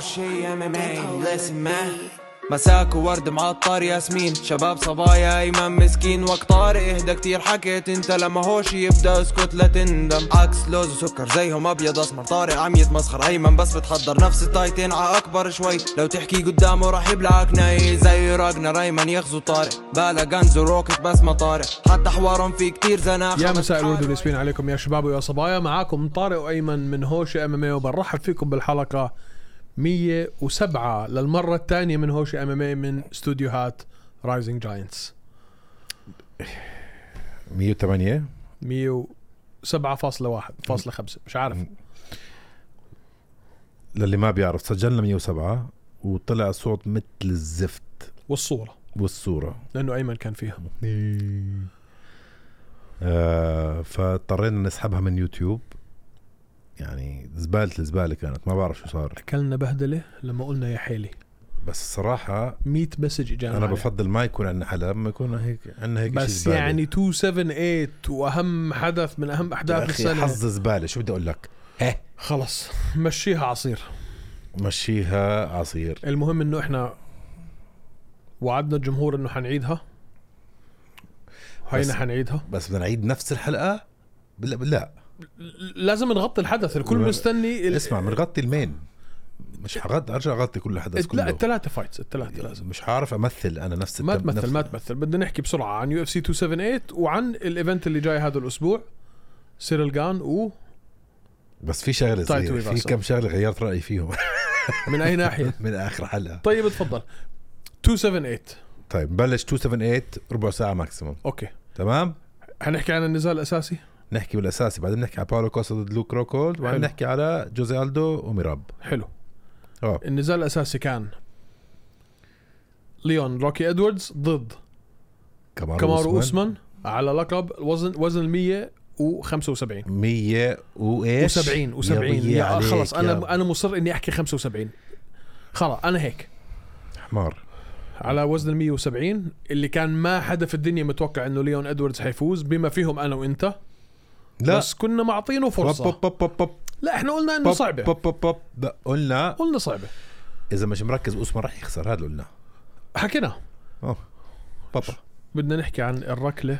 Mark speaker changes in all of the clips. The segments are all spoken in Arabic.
Speaker 1: شي ام ام اي listen man مساك وورد معطر ياسمين شباب صبايا ايمن مسكين وقت طارق اهدى كتير حكيت انت لما هوش يبدا اسكت لا تندم عكس لوز وسكر زيهم ابيض اسمر طارق عم يتمسخر ايمن بس بتحضر نفس التايتين ع اكبر شوي لو تحكي قدامه راح يبلعك ناي زي راجنا ريمان يغزو طارق بالا غنز وروكت بس ما طارق حتى حوارهم في كتير زناخ
Speaker 2: يا مساء الورد والياسمين عليكم يا شباب ويا صبايا معاكم طارق وايمن من هوش ام ام وبنرحب فيكم بالحلقه 107 للمره الثانيه من هوش ام ام من استوديوهات رايزنج جاينتس
Speaker 3: 108
Speaker 2: 107.1 فاصلة 5 مش عارف
Speaker 3: للي ما بيعرف سجلنا 107 وطلع صوت مثل الزفت
Speaker 2: والصوره
Speaker 3: والصورة
Speaker 2: لانه ايمن كان فيها إيه.
Speaker 3: آه فاضطرينا نسحبها من يوتيوب يعني زبالة الزبالة كانت ما بعرف شو صار
Speaker 2: اكلنا بهدله لما قلنا يا حيلي
Speaker 3: بس الصراحة
Speaker 2: 100 مسج اجانا
Speaker 3: أنا
Speaker 2: عليه.
Speaker 3: بفضل ما يكون عندنا حلب ما يكون هيك عندنا هيك شي
Speaker 2: يعني بس
Speaker 3: زبالة.
Speaker 2: يعني 278 واهم حدث من اهم
Speaker 3: يا
Speaker 2: احداث
Speaker 3: أخي
Speaker 2: السنه
Speaker 3: حظ زبالة شو بدي أقول لك
Speaker 2: خلص مشيها عصير
Speaker 3: مشيها عصير
Speaker 2: المهم انه احنا وعدنا الجمهور انه حنعيدها
Speaker 3: بس-
Speaker 2: هينا حنعيدها
Speaker 3: بس بدنا نعيد نفس الحلقة لا لا
Speaker 2: لازم نغطي الحدث الكل
Speaker 3: لا.
Speaker 2: مستني ال-
Speaker 3: اسمع بنغطي المين مش حغط ارجع اغطي كل الحدث
Speaker 2: الت- لا
Speaker 3: كله
Speaker 2: الثلاثه فايتس الثلاثه لازم
Speaker 3: مش حعرف امثل انا نفس
Speaker 2: ما
Speaker 3: التم- نفس-
Speaker 2: تمثل ما تمثل بدنا نحكي بسرعه عن يو اف سي 278 وعن الايفنت اللي جاي هذا الاسبوع سيرل جان و
Speaker 3: بس في شغله
Speaker 2: تايتو
Speaker 3: صغيرة، في
Speaker 2: ويفاسا.
Speaker 3: كم شغله غيرت رايي فيهم
Speaker 2: من اي ناحيه
Speaker 3: من اخر حلقه
Speaker 2: طيب تفضل 278
Speaker 3: طيب بلش 278 ربع ساعه ماكسيموم
Speaker 2: اوكي
Speaker 3: تمام
Speaker 2: هنحكي عن النزال الاساسي
Speaker 3: نحكي بالاساسي بعدين نحكي على باولو كوستا ضد لوك روكولد وبعدين
Speaker 2: حلو.
Speaker 3: نحكي على جوزي الدو وميراب
Speaker 2: حلو
Speaker 3: اه
Speaker 2: النزال الاساسي كان ليون روكي ادواردز ضد
Speaker 3: كمارو,
Speaker 2: كامارو اوسمان على لقب وزن وزن ال 175
Speaker 3: 100 وايش
Speaker 2: و70 و70
Speaker 3: يا بيي
Speaker 2: يا آه،
Speaker 3: عليك
Speaker 2: خلص انا
Speaker 3: يا
Speaker 2: انا مصر اني احكي 75 خلاص انا هيك
Speaker 3: حمار
Speaker 2: على وزن ال 170 اللي كان ما حدا في الدنيا متوقع انه ليون ادواردز حيفوز بما فيهم انا وانت
Speaker 3: لا
Speaker 2: بس كنا معطينه فرصه
Speaker 3: بوب بوب بوب بوب
Speaker 2: لا احنا قلنا انه
Speaker 3: بوب
Speaker 2: صعبه
Speaker 3: بوب بوب بوب لا، قلنا
Speaker 2: قلنا صعبه
Speaker 3: اذا مش مركز اوسمان راح يخسر هذا قلنا
Speaker 2: حكينا
Speaker 3: اه بابا
Speaker 2: بدنا نحكي عن الركله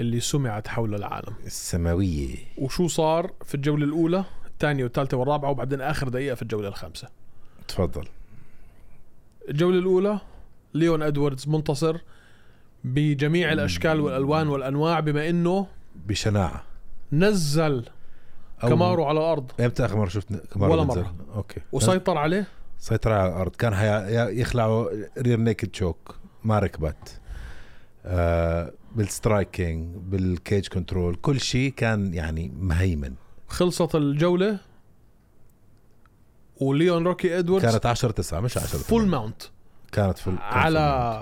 Speaker 2: اللي سمعت حول العالم
Speaker 3: السماويه
Speaker 2: وشو صار في الجوله الاولى الثانيه والثالثه والرابعه وبعدين اخر دقيقه في الجوله الخامسه
Speaker 3: تفضل
Speaker 2: الجولة الأولى ليون أدواردز منتصر بجميع الأشكال والألوان والأنواع بما أنه
Speaker 3: بشناعه
Speaker 2: نزل
Speaker 3: أو-
Speaker 2: كامارو على الأرض
Speaker 3: امتى اخر مره شفت كمارو
Speaker 2: ولا
Speaker 3: بنزل؟
Speaker 2: مرة.
Speaker 3: اوكي
Speaker 2: وسيطر عليه
Speaker 3: سيطر على الارض كان هي يخلعوا رير نيكد شوك ما ركبت آه بالسترايكينج بالكيج كنترول كل شيء كان يعني مهيمن
Speaker 2: خلصت الجولة وليون روكي أدواردز
Speaker 3: كانت 10 9 مش 10
Speaker 2: فول ماونت
Speaker 3: كانت فول كان
Speaker 2: على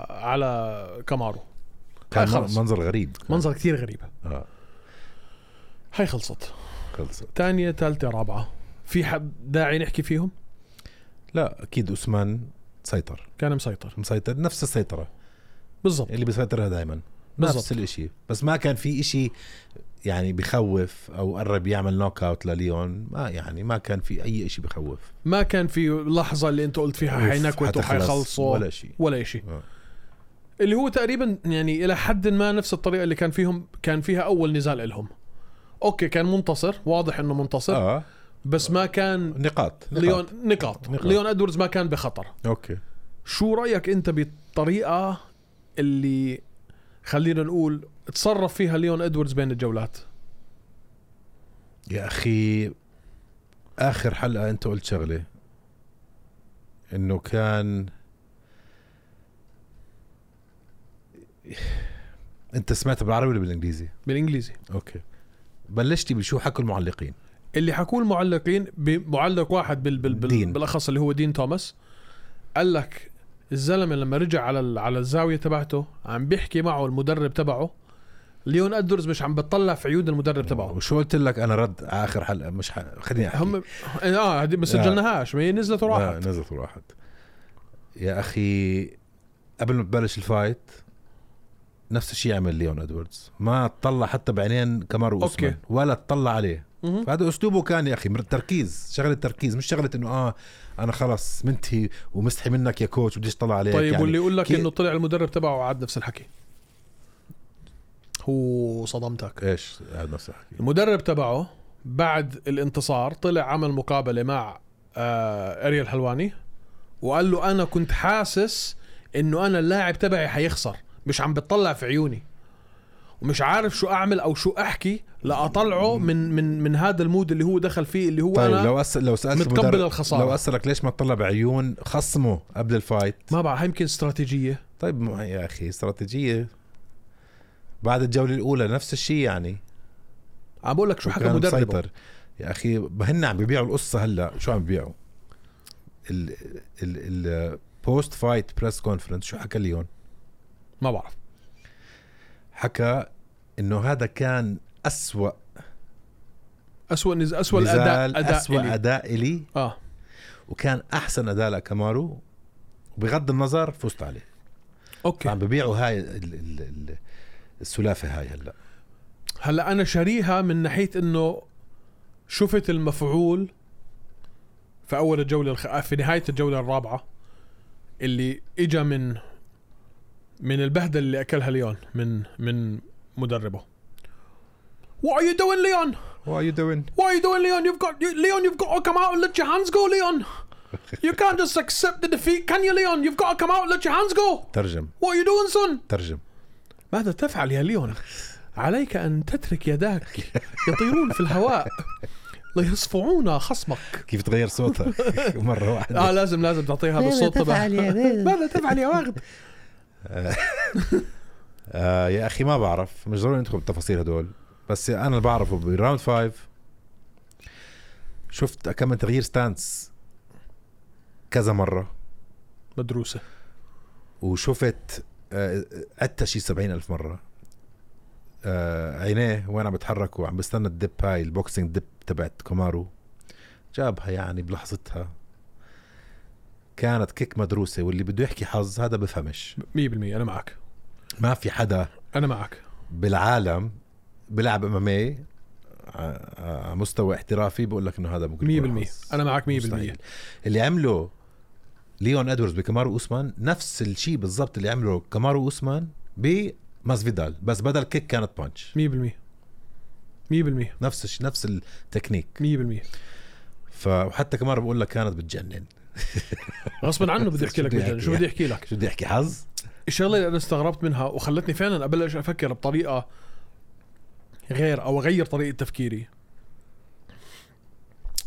Speaker 3: full
Speaker 2: على كامارو
Speaker 3: mount. كان
Speaker 2: هاي خلص.
Speaker 3: منظر غريب
Speaker 2: منظر كثير غريب
Speaker 3: آه.
Speaker 2: هاي خلصت
Speaker 3: خلص
Speaker 2: ثانية ثالثة رابعة في حد داعي نحكي فيهم
Speaker 3: لا اكيد اوسمان سيطر
Speaker 2: كان مسيطر
Speaker 3: مسيطر نفس السيطره
Speaker 2: بالضبط
Speaker 3: اللي بيسيطرها دائما نفس
Speaker 2: بالضبط
Speaker 3: الاشي بس ما كان في اشي يعني بخوف او قرب يعمل نوك اوت لليون ما يعني ما كان في اي اشي بخوف
Speaker 2: ما كان في لحظة اللي انت قلت فيها
Speaker 3: أوف،
Speaker 2: حينكوتوا
Speaker 3: حتخلص
Speaker 2: حيخلصوا
Speaker 3: ولا شيء
Speaker 2: ولا شيء
Speaker 3: آه.
Speaker 2: اللي هو تقريبا يعني الى حد ما نفس الطريقه اللي كان فيهم كان فيها اول نزال لهم اوكي كان منتصر واضح انه منتصر آه.
Speaker 3: اه
Speaker 2: بس ما كان
Speaker 3: نقاط نقاط.
Speaker 2: ليون نقاط.
Speaker 3: نقاط.
Speaker 2: نقاط ليون ادوردز ما كان بخطر
Speaker 3: اوكي
Speaker 2: شو رايك انت بالطريقه اللي خلينا نقول تصرف فيها ليون ادوردز بين الجولات
Speaker 3: يا اخي اخر حلقه انت قلت شغله انه كان انت سمعت بالعربي ولا بالانجليزي؟
Speaker 2: بالانجليزي
Speaker 3: اوكي بلشتي بشو حكوا المعلقين
Speaker 2: اللي حكوه المعلقين بمعلق واحد بال بال بال
Speaker 3: دين.
Speaker 2: بالاخص اللي هو دين توماس قال لك الزلمه لما رجع على ال- على الزاويه تبعته عم بيحكي معه المدرب تبعه ليون ادرز مش عم بتطلع في عيون المدرب تبعه
Speaker 3: وشو قلت لك انا رد على اخر حلقه مش ح... خليني احكي
Speaker 2: هم اه هدي ما سجلناهاش ما هي نزلت
Speaker 3: لا
Speaker 2: وراحت
Speaker 3: نزلت وراحت يا اخي قبل ما تبلش الفايت نفس الشيء عمل ليون ادواردز ما اطلع حتى بعينين كامارو
Speaker 2: أوكي.
Speaker 3: اوسمان ولا اطلع عليه
Speaker 2: مهم.
Speaker 3: فهذا اسلوبه كان يا اخي من التركيز شغله تركيز مش شغله انه اه انا خلص منتهي ومستحي منك يا كوتش بديش اطلع عليك
Speaker 2: طيب
Speaker 3: يعني
Speaker 2: واللي يقول لك
Speaker 3: كي-
Speaker 2: انه طلع المدرب تبعه وعاد نفس الحكي هو صدمتك
Speaker 3: ايش هذا نفس الحكي
Speaker 2: المدرب تبعه بعد الانتصار طلع عمل مقابله مع آه اريال حلواني وقال له انا كنت حاسس انه انا اللاعب تبعي حيخسر مش عم بتطلع في عيوني ومش عارف شو اعمل او شو احكي لاطلعه من من من هذا المود اللي هو دخل فيه اللي هو
Speaker 3: طيب
Speaker 2: انا
Speaker 3: لو أس... لو سالت
Speaker 2: متقبل
Speaker 3: المدرب-
Speaker 2: الخسارة.
Speaker 3: لو اسالك ليش ما تطلع بعيون خصمه قبل الفايت
Speaker 2: ما بعرف يمكن استراتيجيه
Speaker 3: طيب ما يا اخي استراتيجيه بعد الجوله الاولى نفس الشيء يعني
Speaker 2: عم بقول لك شو حكى
Speaker 3: وكان
Speaker 2: مدربه
Speaker 3: مسيطر. يا اخي هن عم بيبيعوا القصه هلا شو عم بيبيعوا ال ال البوست فايت بريس كونفرنس شو حكى ليون
Speaker 2: ما بعرف
Speaker 3: حكى انه هذا كان أسوأ
Speaker 2: اسوء نز... اسوء
Speaker 3: نزال
Speaker 2: الاداء اداء
Speaker 3: أسوأ
Speaker 2: إلي.
Speaker 3: أداء إلي
Speaker 2: اه
Speaker 3: وكان أحسن أداء لكامارو وبغض النظر فزت عليه
Speaker 2: اوكي
Speaker 3: عم ببيعوا هاي ال ال ال السلافه هاي هلا
Speaker 2: هلا انا شاريها من ناحيه انه شفت المفعول في اول الجوله الخ... آه، في نهايه الجوله الرابعه اللي اجى من من البهدله اللي اكلها ليون من من مدربه What are you doing, Leon?
Speaker 3: What are you doing?
Speaker 2: What are you doing, Leon? You've got you, Leon. You've got to come out and let your hands go, Leon. You can't just accept the defeat, can you, Leon? You've got to come out and let your hands go.
Speaker 3: ترجم
Speaker 2: What are you doing, son?
Speaker 3: ترجم
Speaker 2: ماذا تفعل يا ليون؟ عليك أن تترك يداك يطيرون في الهواء ليصفعون خصمك
Speaker 3: كيف تغير صوتك مرة واحدة
Speaker 2: اه لازم لازم تعطيها بالصوت تبع ماذا تفعل يا واغد؟
Speaker 3: آه يا أخي ما بعرف مش ضروري ندخل بالتفاصيل هدول بس أنا اللي بعرفه براوند فايف شفت كم من تغيير ستانس كذا مرة
Speaker 2: مدروسة
Speaker 3: وشفت آه، عدتها شي سبعين ألف مرة آه عينيه وين عم بتحرك وعم بستنى الدب هاي البوكسينج دب تبعت كومارو جابها يعني بلحظتها كانت كيك مدروسة واللي بده يحكي حظ هذا بفهمش
Speaker 2: 100% أنا معك
Speaker 3: ما في حدا
Speaker 2: أنا معك
Speaker 3: بالعالم بيلعب ام ام اي على آه، مستوى احترافي بقول لك انه هذا ممكن يكون
Speaker 2: 100%
Speaker 3: حظ.
Speaker 2: أنا معك 100%
Speaker 3: مستحيل. اللي عمله ليون ادوردز بكامارو اوسمان نفس الشيء بالضبط اللي عمله كامارو اوسمان بماسفيدال بس بدل كيك كانت بانش
Speaker 2: 100% 100%
Speaker 3: نفس الشيء نفس التكنيك
Speaker 2: 100%
Speaker 3: فحتى كامارو بقول لك كانت بتجنن
Speaker 2: غصبا عنه بدي احكي لك بجد. شو بدي احكي لك
Speaker 3: شو بدي احكي حظ
Speaker 2: الشغله اللي انا استغربت منها وخلتني فعلا ابلش افكر بطريقه غير او اغير طريقه تفكيري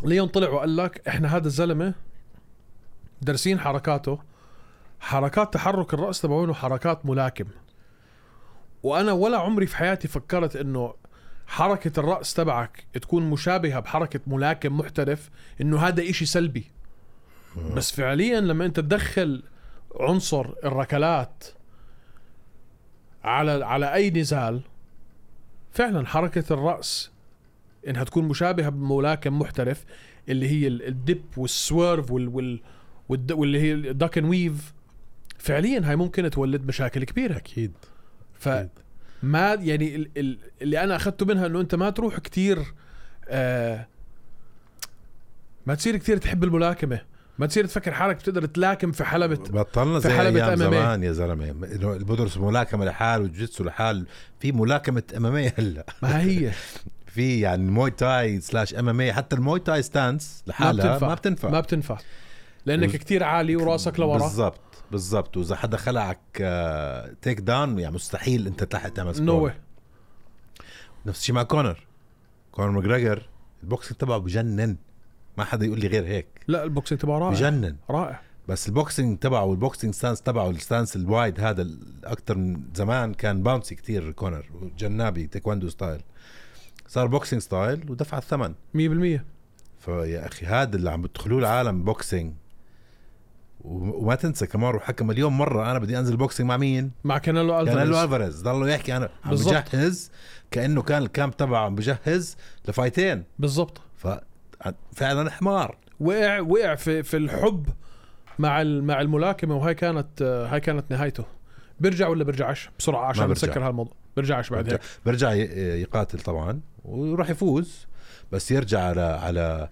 Speaker 2: ليون طلع وقال لك احنا هذا الزلمه دارسين حركاته حركات تحرك الراس تبعونه حركات ملاكم وانا ولا عمري في حياتي فكرت انه حركة الرأس تبعك تكون مشابهة بحركة ملاكم محترف انه هذا اشي سلبي بس فعليا لما انت تدخل عنصر الركلات على على اي نزال فعلا حركه الراس انها تكون مشابهه بملاكم محترف اللي هي ال- الدب والسويرف وال وال والد- واللي هي الداك اند ويف فعليا هاي ممكن تولد مشاكل كبيره
Speaker 3: اكيد
Speaker 2: ف ما يعني ال- ال- اللي انا اخذته منها انه انت ما تروح كتير آه ما تصير كتير تحب الملاكمه ما تصير تفكر حالك بتقدر تلاكم في حلبة
Speaker 3: بطلنا
Speaker 2: في
Speaker 3: زي
Speaker 2: حلبة
Speaker 3: ايام
Speaker 2: MMA.
Speaker 3: زمان يا زلمه انه بدرس ملاكمه لحال وجيتسو لحال في ملاكمه اماميه هلا
Speaker 2: ما هي
Speaker 3: في يعني موي تاي سلاش ام ام اي حتى الموي تاي ستانس
Speaker 2: ما
Speaker 3: لحالها
Speaker 2: بتنفع
Speaker 3: ما بتنفع
Speaker 2: ما بتنفع لانك
Speaker 3: وز-
Speaker 2: كتير عالي وراسك لورا
Speaker 3: بالضبط بالضبط واذا حدا خلعك تيك داون يعني مستحيل انت تحت تعمل
Speaker 2: نو
Speaker 3: سكور نفس الشيء مع كونر كونر ماجريجر البوكسينج تبعه بجنن ما حدا يقول لي غير هيك
Speaker 2: لا البوكسينج تبعه رائع
Speaker 3: بجنن
Speaker 2: رائع
Speaker 3: بس البوكسينج تبعه والبوكسينج ستانس تبعه الستانس الوايد هذا اكثر من زمان كان باونسي كتير كونر جنابي تيكواندو ستايل صار بوكسينج ستايل ودفع الثمن
Speaker 2: 100%
Speaker 3: فيا اخي هذا اللي عم بدخلوه العالم بوكسينج و- وما تنسى كمارو حكى مليون مره انا بدي انزل بوكسينج مع مين؟
Speaker 2: مع كانيلو
Speaker 3: كانيلو
Speaker 2: الفاريز
Speaker 3: الفاريز ضلوا يحكي انا عم
Speaker 2: بالظبط.
Speaker 3: بجهز كانه كان الكامب تبعه عم بجهز لفايتين
Speaker 2: بالضبط
Speaker 3: ف فعلا حمار
Speaker 2: وقع وقع في في الحب مع ال- مع الملاكمه وهي كانت آه، هاي كانت نهايته برجع ولا برجعش بسرعه عشان
Speaker 3: برجع.
Speaker 2: نسكر هالموضوع برجعش بعد
Speaker 3: برجع,
Speaker 2: هيك
Speaker 3: برجع ي- يقاتل طبعا وراح يفوز بس يرجع على على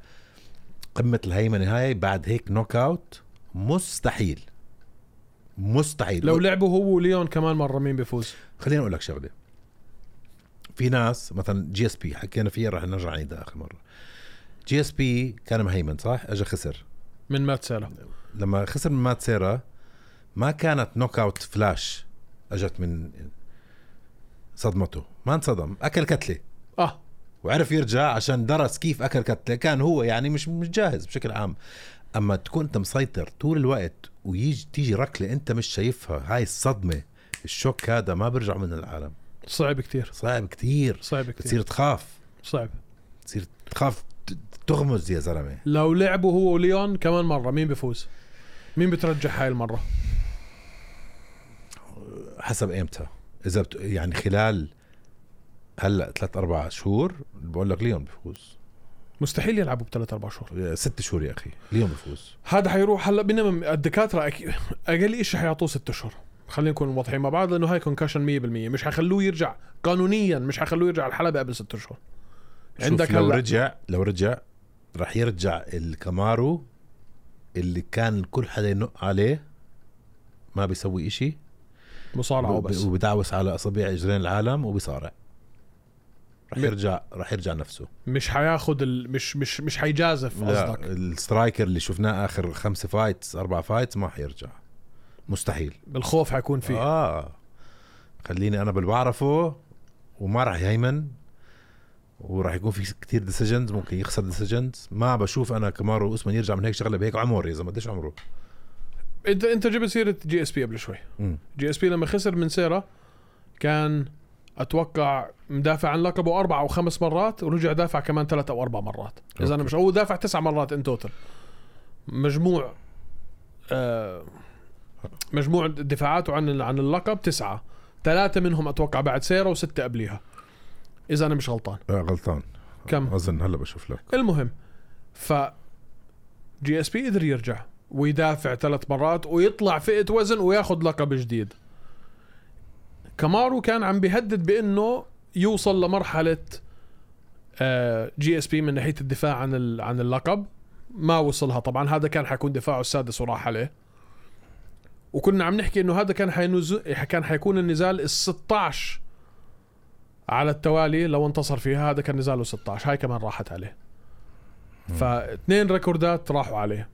Speaker 3: قمه الهيمنه هاي بعد هيك نوك اوت مستحيل مستحيل
Speaker 2: لو لعبوا هو وليون كمان مره مين بيفوز
Speaker 3: خليني اقول لك شغله في ناس مثلا جي اس بي حكينا فيها رح نرجع نعيدها اخر مره جي اس بي كان مهيمن صح اجى خسر
Speaker 2: من مات سالا
Speaker 3: لما خسر من مات سيرا ما كانت نوك اوت فلاش اجت من صدمته ما انصدم اكل كتله
Speaker 2: اه
Speaker 3: وعرف يرجع عشان درس كيف اكل كتله كان هو يعني مش مش جاهز بشكل عام اما تكون انت مسيطر طول الوقت ويجي تيجي ركله انت مش شايفها هاي الصدمه الشوك هذا ما بيرجع من العالم
Speaker 2: صعب كثير
Speaker 3: صعب كتير
Speaker 2: صعب
Speaker 3: بتصير
Speaker 2: كثير
Speaker 3: تخاف
Speaker 2: صعب
Speaker 3: بتصير تخاف ت- تغمز يا زلمه
Speaker 2: لو لعبوا هو وليون كمان مره مين بيفوز مين بترجح هاي المره
Speaker 3: حسب امتى اذا بت... يعني خلال هلا ثلاث اربع شهور بقول لك ليون بفوز
Speaker 2: مستحيل يلعبوا بثلاث اربع شهور
Speaker 3: ست شهور يا اخي ليون بفوز
Speaker 2: هذا حيروح هلا بينما الدكاتره أكيد اقل شيء حيعطوه ست اشهر خلينا نكون واضحين مع بعض لانه هاي كونكشن 100% مش حيخلوه يرجع قانونيا مش حيخلوه يرجع على الحلبه قبل ست اشهر عندك
Speaker 3: شوف لو
Speaker 2: هلا-
Speaker 3: رجع لو رجع رح يرجع الكامارو اللي كان الكل حدا ينق عليه ما بيسوي إشي
Speaker 2: مصارعه بس
Speaker 3: وبدعوس على اصابع اجرين العالم وبيصارع رح يرجع رح يرجع نفسه
Speaker 2: مش حياخد ال... مش مش مش حيجازف
Speaker 3: لا
Speaker 2: قصدك
Speaker 3: السترايكر اللي شفناه اخر خمسة فايتس اربعة فايتس ما حيرجع مستحيل
Speaker 2: الخوف حيكون فيه آه.
Speaker 3: اه خليني انا باللي بعرفه وما راح يهيمن وراح يكون في كتير ديسيجنز ممكن يخسر ديسيجنز ما بشوف انا كمارو اسمه يرجع من هيك شغله بهيك عمر يا زلمه قديش عمره
Speaker 2: انت انت جبت سيره جي اس بي قبل شوي
Speaker 3: مم.
Speaker 2: جي اس بي لما خسر من سيرا كان اتوقع مدافع عن لقبه اربع او خمس مرات ورجع دافع كمان ثلاث او اربع مرات اذا انا
Speaker 3: أوكي.
Speaker 2: مش هو دافع تسع مرات ان توتل مجموع آه مجموع دفاعاته عن ال- عن اللقب تسعه ثلاثه منهم اتوقع بعد سيرا وسته قبليها اذا انا مش غلطان
Speaker 3: آه غلطان
Speaker 2: كم
Speaker 3: اظن هلا بشوف لك
Speaker 2: المهم ف جي اس بي قدر يرجع ويدافع ثلاث مرات ويطلع فئه وزن وياخذ لقب جديد كامارو كان عم بيهدد بانه يوصل لمرحله آه، جي اس بي من ناحيه الدفاع عن ال- عن اللقب ما وصلها طبعا هذا كان حيكون دفاعه السادس وراح عليه وكنا عم نحكي انه هذا كان حينز... كان حيكون النزال ال 16 على التوالي لو انتصر فيها هذا كان نزاله 16 هاي كمان راحت عليه فاثنين ريكوردات راحوا عليه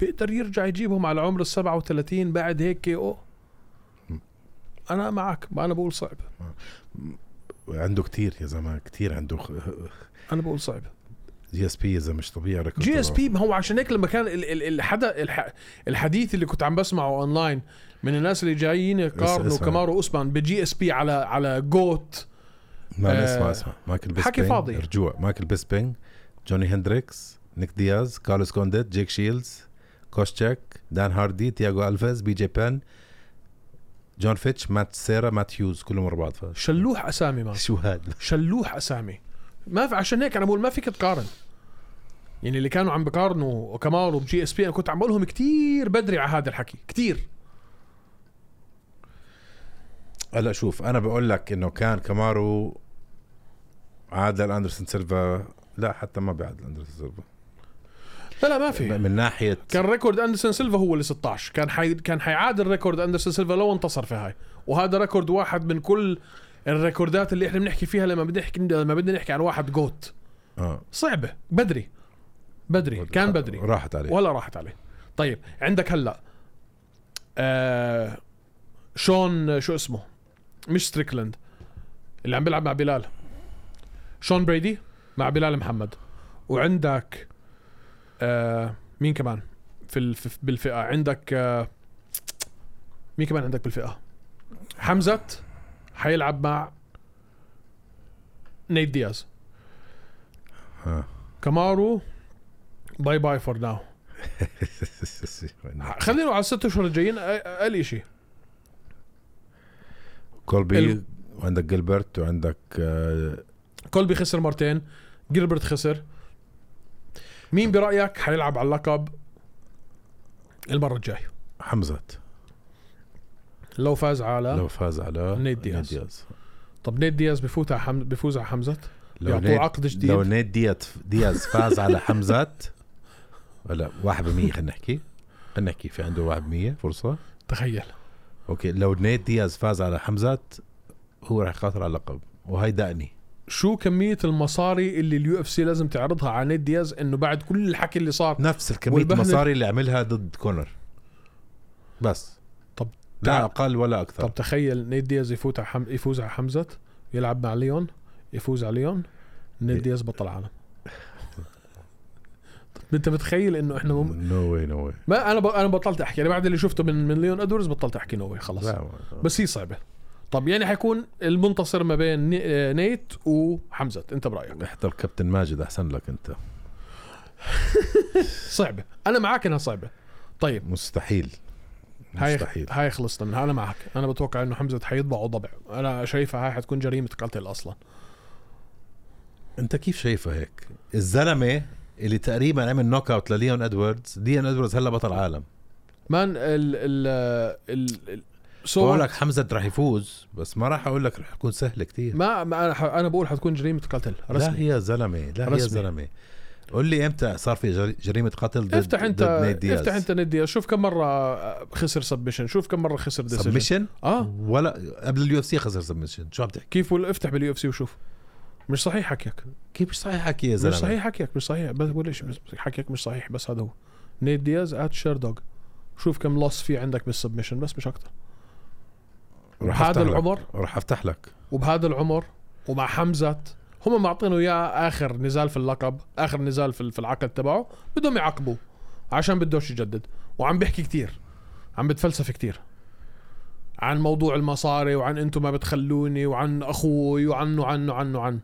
Speaker 2: بيقدر يرجع يجيبهم على عمر ال 37 بعد هيك كي او انا معك ما انا بقول صعب
Speaker 3: عنده كتير يا زلمه كتير عنده
Speaker 2: انا بقول صعب
Speaker 3: جي اس بي يا زلمه مش طبيعي ركض
Speaker 2: جي اس بي ما هو عشان هيك لما كان ال- ال- الحدا الح- الحديث اللي كنت عم بسمعه اونلاين من الناس اللي جايين يقارنوا
Speaker 3: اسمع.
Speaker 2: كامارو اسبان بجي اس بي على على جوت
Speaker 3: ما
Speaker 2: آه،
Speaker 3: آه اسمع اسمع مايكل بيسبينج
Speaker 2: حكي فاضي.
Speaker 3: رجوع مايكل بيسبينج جوني هندريكس نيك دياز كارلوس كونديت جيك شيلز كوشتشك دان هاردي تياغو الفيز بي جي بان جون فيتش مات سيرا مات هيوز كلهم ورا بعض فاز.
Speaker 2: شلوح اسامي مان
Speaker 3: شو هاد
Speaker 2: شلوح اسامي ما في عشان هيك انا بقول ما فيك تقارن يعني اللي كانوا عم بقارنوا كامارو بجي اس بي انا كنت عم بقولهم كتير بدري على هذا الحكي كتير
Speaker 3: هلا شوف انا بقول لك انه كان كامارو عادل اندرسون سيلفا لا حتى ما بيعادل اندرسون سيلفا
Speaker 2: لا لا ما في
Speaker 3: من ناحيه
Speaker 2: كان ريكورد اندرسون سيلفا هو اللي 16 كان حي... كان حيعادل ريكورد اندرسون سيلفا لو انتصر في هاي وهذا ريكورد واحد من كل الريكوردات اللي احنا بنحكي فيها لما بدنا نحكي لما بدنا نحكي عن واحد جوت
Speaker 3: آه.
Speaker 2: صعبه بدري بدري كان بدري
Speaker 3: راحت عليه
Speaker 2: ولا راحت عليه طيب عندك هلا آه شون شو اسمه مش ستريكلاند اللي عم بيلعب مع بلال شون بريدي مع بلال محمد وعندك آه مين كمان في الف... في- بالفئه عندك آه مين كمان عندك بالفئه حمزه حيلعب مع نيد دياز
Speaker 3: آه.
Speaker 2: كامارو باي باي فور ناو خلينا على الست اشهر الجايين اقل شيء
Speaker 3: كولبي
Speaker 2: ال-
Speaker 3: وعندك جيلبرت وعندك آه،
Speaker 2: كولبي خسر مرتين جيلبرت خسر مين برايك حيلعب على اللقب المره الجايه
Speaker 3: حمزه
Speaker 2: لو فاز على
Speaker 3: لو فاز على
Speaker 2: نيت دياز.
Speaker 3: دياز.
Speaker 2: طب نيت دياز بفوت على حمز... بفوز على حمزه
Speaker 3: لو
Speaker 2: يعطوه
Speaker 3: نيت
Speaker 2: عقد جديد.
Speaker 3: لو نيت دياز دياز فاز على حمزات لا 1% خلينا نحكي خلينا نحكي في عنده 1% فرصه
Speaker 2: تخيل
Speaker 3: اوكي لو نيت دياز فاز على حمزات هو راح يخاطر على اللقب وهي دقني
Speaker 2: شو كميه المصاري اللي اليو اف سي لازم تعرضها على نيت دياز انه بعد كل الحكي اللي صار
Speaker 3: نفس الكميه
Speaker 2: والبهدل-
Speaker 3: المصاري اللي عملها ضد كونر بس
Speaker 2: طب
Speaker 3: لا
Speaker 2: تعال-
Speaker 3: اقل ولا اكثر
Speaker 2: طب تخيل نيت دياز يفوت على حم... يفوز على حمزه يلعب مع ليون يفوز على ليون نيت دياز بطل عالم طب انت متخيل انه احنا مم...
Speaker 3: نو واي نو واي
Speaker 2: ما انا ب... انا بطلت احكي انا بعد اللي شفته من من ليون ادورز بطلت احكي نووي خلاص
Speaker 3: لا ما-
Speaker 2: بس هي صعبه طب يعني حيكون المنتصر ما بين ني- آه، نيت وحمزه انت برايك
Speaker 3: احضر كابتن ماجد احسن لك انت
Speaker 2: صعبه انا معاك انها صعبه طيب
Speaker 3: مستحيل
Speaker 2: هاي
Speaker 3: مستحيل
Speaker 2: هاي خلصنا منها انا معك انا بتوقع انه حمزه حيطبعه ضبع انا شايفها هاي حتكون جريمه قتل اصلا
Speaker 3: انت كيف شايفها هيك الزلمه اللي تقريبا عمل نوك اوت لليون ادواردز ليون ادواردز هلا بطل عالم
Speaker 2: مان ال ال ال, ال سو
Speaker 3: بقول لك حمزه رح يفوز بس ما راح اقول لك رح يكون سهل كتير
Speaker 2: ما, ما انا ح- انا بقول حتكون جريمه قتل
Speaker 3: لا
Speaker 2: رسمي
Speaker 3: هي زلمه لا هي
Speaker 2: رسمي.
Speaker 3: زلمه قول لي امتى صار في جر- جريمه قتل ضد
Speaker 2: افتح انت
Speaker 3: ضد نيت دياز
Speaker 2: افتح انت نيت دياز شوف كم مره خسر سبمشن شوف كم مره خسر ديسيجن
Speaker 3: سبمشن
Speaker 2: اه
Speaker 3: ولا قبل اليو اف سي خسر سبمشن شو عم تحكي
Speaker 2: كيف ولا افتح باليو اف سي وشوف مش صحيح حكيك
Speaker 3: كيف مش صحيح حكي يا
Speaker 2: مش
Speaker 3: زلمه
Speaker 2: صحيح حكيك مش صحيح بس ولا شيء بس حكيك مش صحيح بس هذا هو نيت دياز ات شير دوغ شوف كم لص في عندك بالسبمشن بس مش اكثر
Speaker 3: رح
Speaker 2: هذا
Speaker 3: أفتح لك-
Speaker 2: العمر؟
Speaker 3: رح افتح لك
Speaker 2: وبهذا العمر ومع حمزه هم معطينه اياه اخر نزال في اللقب اخر نزال في في العقد تبعه بدهم يعاقبوه عشان بدوش يجدد وعم بيحكي كتير عم بتفلسف كتير عن موضوع المصاري وعن انتم ما بتخلوني وعن اخوي وعن وعن وعن وعن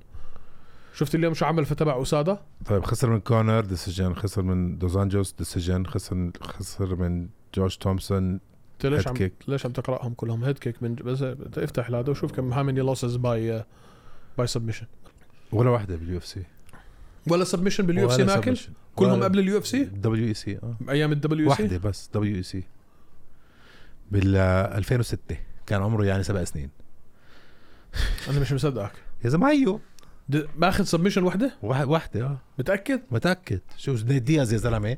Speaker 2: شفت اليوم شو عمل في تبع اساده
Speaker 3: طيب خسر من كونر ديسيجن خسر من دوس انجلوس ديسيجن خسر من خسر من جورج تومسون
Speaker 2: انت ليش
Speaker 3: Head
Speaker 2: عم
Speaker 3: kick.
Speaker 2: ليش عم تقراهم كلهم هيد كيك من بس افتح هذا وشوف كم هاو ماني لوسز باي باي سبمشن
Speaker 3: ولا واحده باليو اف سي
Speaker 2: ولا سبمشن باليو اف سي ماكل كلهم قبل E اليو اف سي
Speaker 3: دبليو اي سي اه
Speaker 2: ايام الدبليو سي
Speaker 3: واحده بس دبليو اي سي بال 2006 كان عمره يعني سبع سنين
Speaker 2: انا مش مصدقك
Speaker 3: يا أيوه. زلمه هيو
Speaker 2: د- باخذ سبمشن وحده
Speaker 3: واحد- واحده اه
Speaker 2: متاكد
Speaker 3: متاكد شو نيت دياز يا زلمه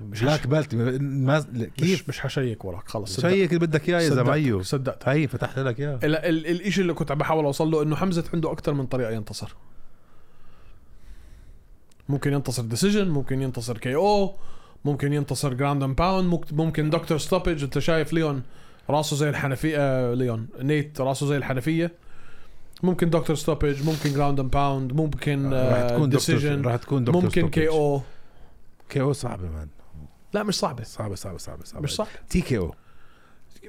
Speaker 3: مش لاك بالت ما كيف
Speaker 2: مش مش حشيك وراك خلص صدق-
Speaker 3: شيك اللي بدك اياه يا زلمه
Speaker 2: صدقتك،
Speaker 3: هيو
Speaker 2: صدقتك
Speaker 3: هي فتحت لك اياه
Speaker 2: ال- ال- الاشي اللي كنت عم بحاول اوصل له انه حمزه عنده اكثر من طريقه ينتصر ممكن ينتصر ديسيجن ممكن ينتصر كي او ممكن ينتصر جراوند اند باوند ممكن دكتور ستوبج انت شايف ليون راسه زي الحنفيه آه ليون نيت راسه زي الحنفيه ممكن دكتور ستوبج ممكن جراوند اند باوند ممكن
Speaker 3: راح تكون دكتور
Speaker 2: ديسيجن
Speaker 3: راح تكون دكتور
Speaker 2: ممكن كي او
Speaker 3: كي او صعبه مان
Speaker 2: لا مش صعبه
Speaker 3: صعبه صعبه صعبه صعبه
Speaker 2: مش صعب
Speaker 3: تي كي او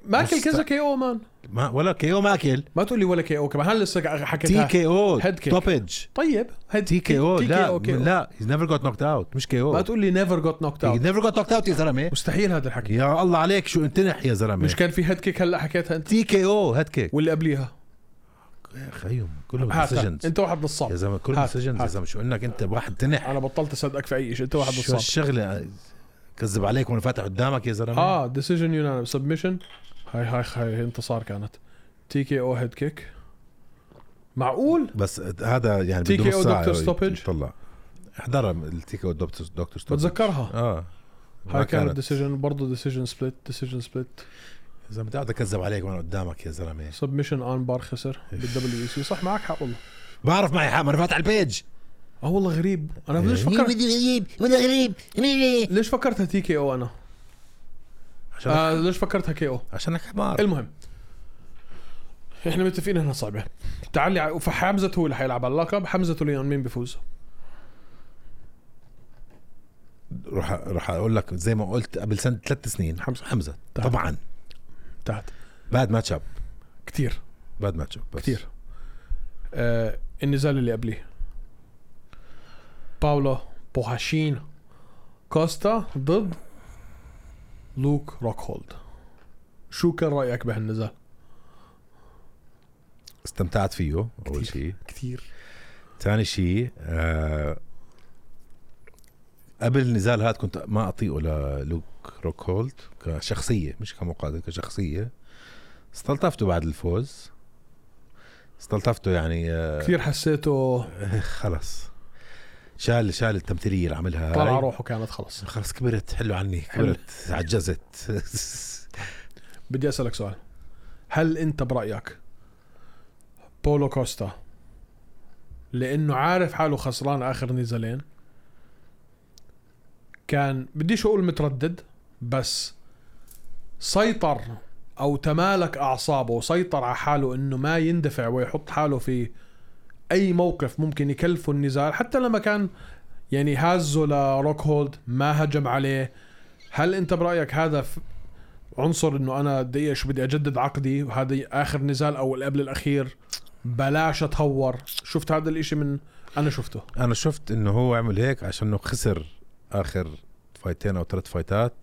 Speaker 2: ماكل
Speaker 3: بس-
Speaker 2: كذا كي او مان
Speaker 3: ما ولا كي او ماكل
Speaker 2: ما تقول لي ولا كي او كمان هل لسه
Speaker 3: تي
Speaker 2: حكيتها
Speaker 3: كي او
Speaker 2: هيد كيك.
Speaker 3: توبج
Speaker 2: طيب هيد
Speaker 3: تي كي او لا
Speaker 2: KO.
Speaker 3: لا إيه، هيز نيفر جوت نوكت اوت مش كي
Speaker 2: ما
Speaker 3: او
Speaker 2: تقول لي نيفر جوت نوكت اوت
Speaker 3: نيفر جوت نوكت اوت يا زلمه
Speaker 2: مستحيل هذا الحكي
Speaker 3: يا الله عليك شو انتنح يا زلمه
Speaker 2: مش كان في هيد كيك هلا حكيتها انت
Speaker 3: تي كي او هيد كيك
Speaker 2: واللي قبليها
Speaker 3: يا اخي هيهم كلهم
Speaker 2: هاتها
Speaker 3: ديسيجنز
Speaker 2: انت واحد
Speaker 3: يا
Speaker 2: نصاب
Speaker 3: زلمه كلهم
Speaker 2: هات،
Speaker 3: ديسيجنز يا
Speaker 2: هات.
Speaker 3: زلمه شو انك انت واحد تنح
Speaker 2: انا بطلت اصدقك في اي شيء انت واحد
Speaker 3: شو
Speaker 2: نصاب
Speaker 3: الشغله كذب عليك وانا فاتح قدامك يا زلمه
Speaker 2: اه ديسيجن يونانيم سبمشن هاي هاي هاي انتصار كانت تي كي او هيد كيك معقول
Speaker 3: بس هذا يعني
Speaker 2: تي
Speaker 3: بده
Speaker 2: كي
Speaker 3: نص
Speaker 2: أو
Speaker 3: ساعة
Speaker 2: دكتور ستوبج؟
Speaker 3: يطلع احضرها التي كي او دكتور دكتور ستوبج
Speaker 2: بتذكرها
Speaker 3: اه ما
Speaker 2: هاي كانت ديسيجن برضه ديسيجن سبليت ديسيجن سبليت
Speaker 3: يا زلمه قاعد اكذب عليك وانا قدامك يا زلمه
Speaker 2: سبمشن ان بار خسر
Speaker 3: إيه.
Speaker 2: بالدبليو سي صح معك حق والله
Speaker 3: بعرف معي حق ما انا فاتح البيج
Speaker 2: اه والله غريب انا ليش
Speaker 3: إيه.
Speaker 2: فكرت
Speaker 4: غريب وده غريب غريب
Speaker 2: ليش فكرتها تي كي او انا؟
Speaker 3: عشان
Speaker 2: آه ليش فكرتها كي او؟
Speaker 3: عشانك حمار
Speaker 2: المهم احنا متفقين انها صعبه تعال لي فحمزه هو اللي حيلعب على اللقب حمزه وليون مين بيفوز؟
Speaker 3: رح رح اقول لك زي ما قلت قبل سنه ثلاث سنين
Speaker 2: حمزة.
Speaker 3: حمزه
Speaker 2: تعال.
Speaker 3: طبعا
Speaker 2: تحت
Speaker 3: باد ماتش اب
Speaker 2: كتير
Speaker 3: باد ماتش اب
Speaker 2: كتير آه النزال اللي قبليه باولو بوهاشين كوستا ضد لوك روكهولد شو كان رايك بهالنزال؟
Speaker 3: استمتعت فيه اول شيء
Speaker 2: كثير
Speaker 3: ثاني شيء آه قبل النزال هذا كنت ما اطيقه للوك روك هولد كشخصيه مش كمقاتل كشخصيه استلطفته بعد الفوز استلطفته يعني آه،
Speaker 2: كثير حسيته
Speaker 3: خلص شال شال التمثيليه اللي عملها هاي.
Speaker 2: طلع روحه كانت خلص
Speaker 3: خلص كبرت حلو عني كبرت عجزت
Speaker 2: بدي اسالك سؤال هل انت برايك بولو كوستا لانه عارف حاله خسران اخر نزالين كان بديش اقول متردد بس سيطر او تمالك اعصابه وسيطر على حاله انه ما يندفع ويحط حاله في اي موقف ممكن يكلفه النزال حتى لما كان يعني هازه لروك هولد ما هجم عليه هل انت برايك هذا ف- عنصر انه انا بدي إيش، إيه بدي اجدد عقدي وهذا اخر نزال او اللي قبل الاخير بلاش اتهور شفت هذا الاشي من انا شفته
Speaker 3: انا شفت انه هو عمل هيك عشان انه خسر اخر فايتين او ثلاث فايتات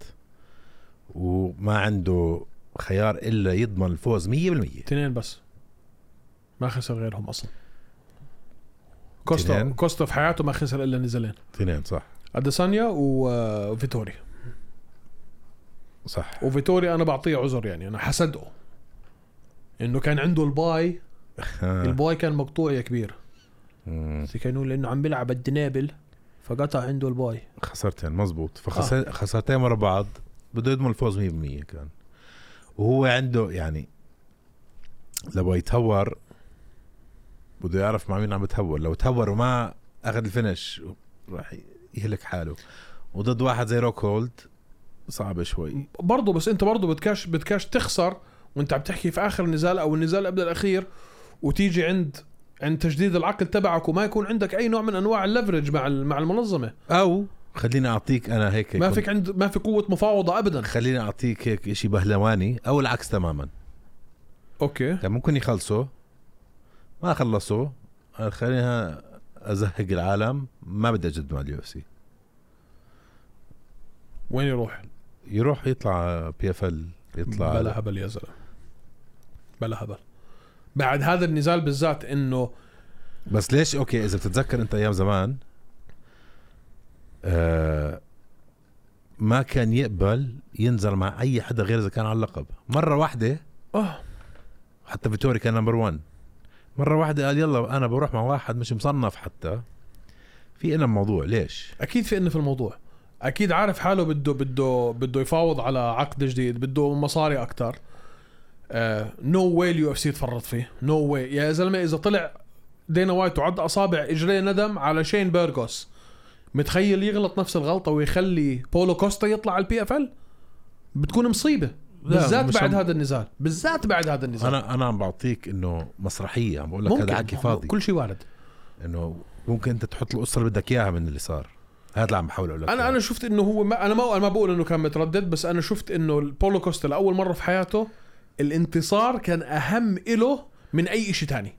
Speaker 3: وما عنده خيار الا يضمن الفوز 100%
Speaker 2: اثنين بس ما خسر غيرهم اصلا كوستا
Speaker 3: تنين؟
Speaker 2: كوستا في حياته ما خسر الا نزالين
Speaker 3: اثنين صح
Speaker 2: اديسانيا و- آه، وفيتوري
Speaker 3: صح
Speaker 2: وفيتوري انا بعطيه عذر يعني انا حسده انه كان عنده الباي
Speaker 3: آه.
Speaker 2: الباي كان مقطوع يا كبير
Speaker 3: مم.
Speaker 2: بس كانوا لانه عم بيلعب الدنابل فقطع عنده الباي
Speaker 3: خسرتين مزبوط
Speaker 2: آه.
Speaker 3: فخسرتين ورا بعض بده يضمن الفوز 100% كان وهو عنده يعني لو يتهور بده يعرف مع مين عم بتهور لو تهور وما اخذ الفينش راح يهلك حاله وضد واحد زي روك هولد صعبة شوي
Speaker 2: برضه بس انت برضه بتكاش بتكاش تخسر وانت عم تحكي في اخر نزال او النزال قبل الاخير وتيجي عند عند تجديد العقد تبعك وما يكون عندك اي نوع من انواع الليفرج مع ال- مع المنظمه
Speaker 3: او خليني اعطيك انا هيك
Speaker 2: ما
Speaker 3: كنت-
Speaker 2: فيك عند ما في قوه مفاوضه ابدا
Speaker 3: خليني اعطيك هيك اشي بهلواني او العكس تماما
Speaker 2: اوكي
Speaker 3: كان يعني ممكن يخلصوا ما خلصوا قال خليها ازهق العالم ما بدي اجد مع اليو اف سي
Speaker 2: وين يروح
Speaker 3: يروح يطلع بي اف ال يطلع
Speaker 2: بلا هبل يا زلمه بلا هبل بعد هذا النزال بالذات انه
Speaker 3: بس ليش اوكي اذا بتتذكر انت ايام زمان آه ما كان يقبل ينزل مع اي حدا غير اذا كان على اللقب مره واحده
Speaker 2: اه
Speaker 3: حتى فيتوري كان نمبر 1 مره واحده قال يلا انا بروح مع واحد مش مصنف حتى في لنا موضوع ليش
Speaker 2: اكيد في انه في الموضوع اكيد عارف حاله بده بده بده يفاوض على عقد جديد بده مصاري اكثر نو واي اليو اف سي تفرط فيه نو no واي يا زلمه اذا طلع دينا وايت وعد اصابع اجريه ندم على شين بيرغوس متخيل يغلط نفس الغلطه ويخلي بولو كوستا يطلع على البي اف ال بتكون مصيبه بالذات
Speaker 3: مش
Speaker 2: بعد
Speaker 3: عم-
Speaker 2: هذا النزال بالذات بعد هذا النزال
Speaker 3: انا انا عم بعطيك انه مسرحيه عم بقول لك هذا حكي فاضي
Speaker 2: كل شيء وارد
Speaker 3: انه ممكن انت تحط القصه اللي بدك اياها من اللي صار هذا اللي عم بحاول اقول لك
Speaker 2: انا
Speaker 3: إياه.
Speaker 2: انا شفت انه هو ما انا ما انا ما بقول انه كان متردد بس انا شفت انه البولو كوستا لاول مره في حياته الانتصار كان اهم إله من اي شيء تاني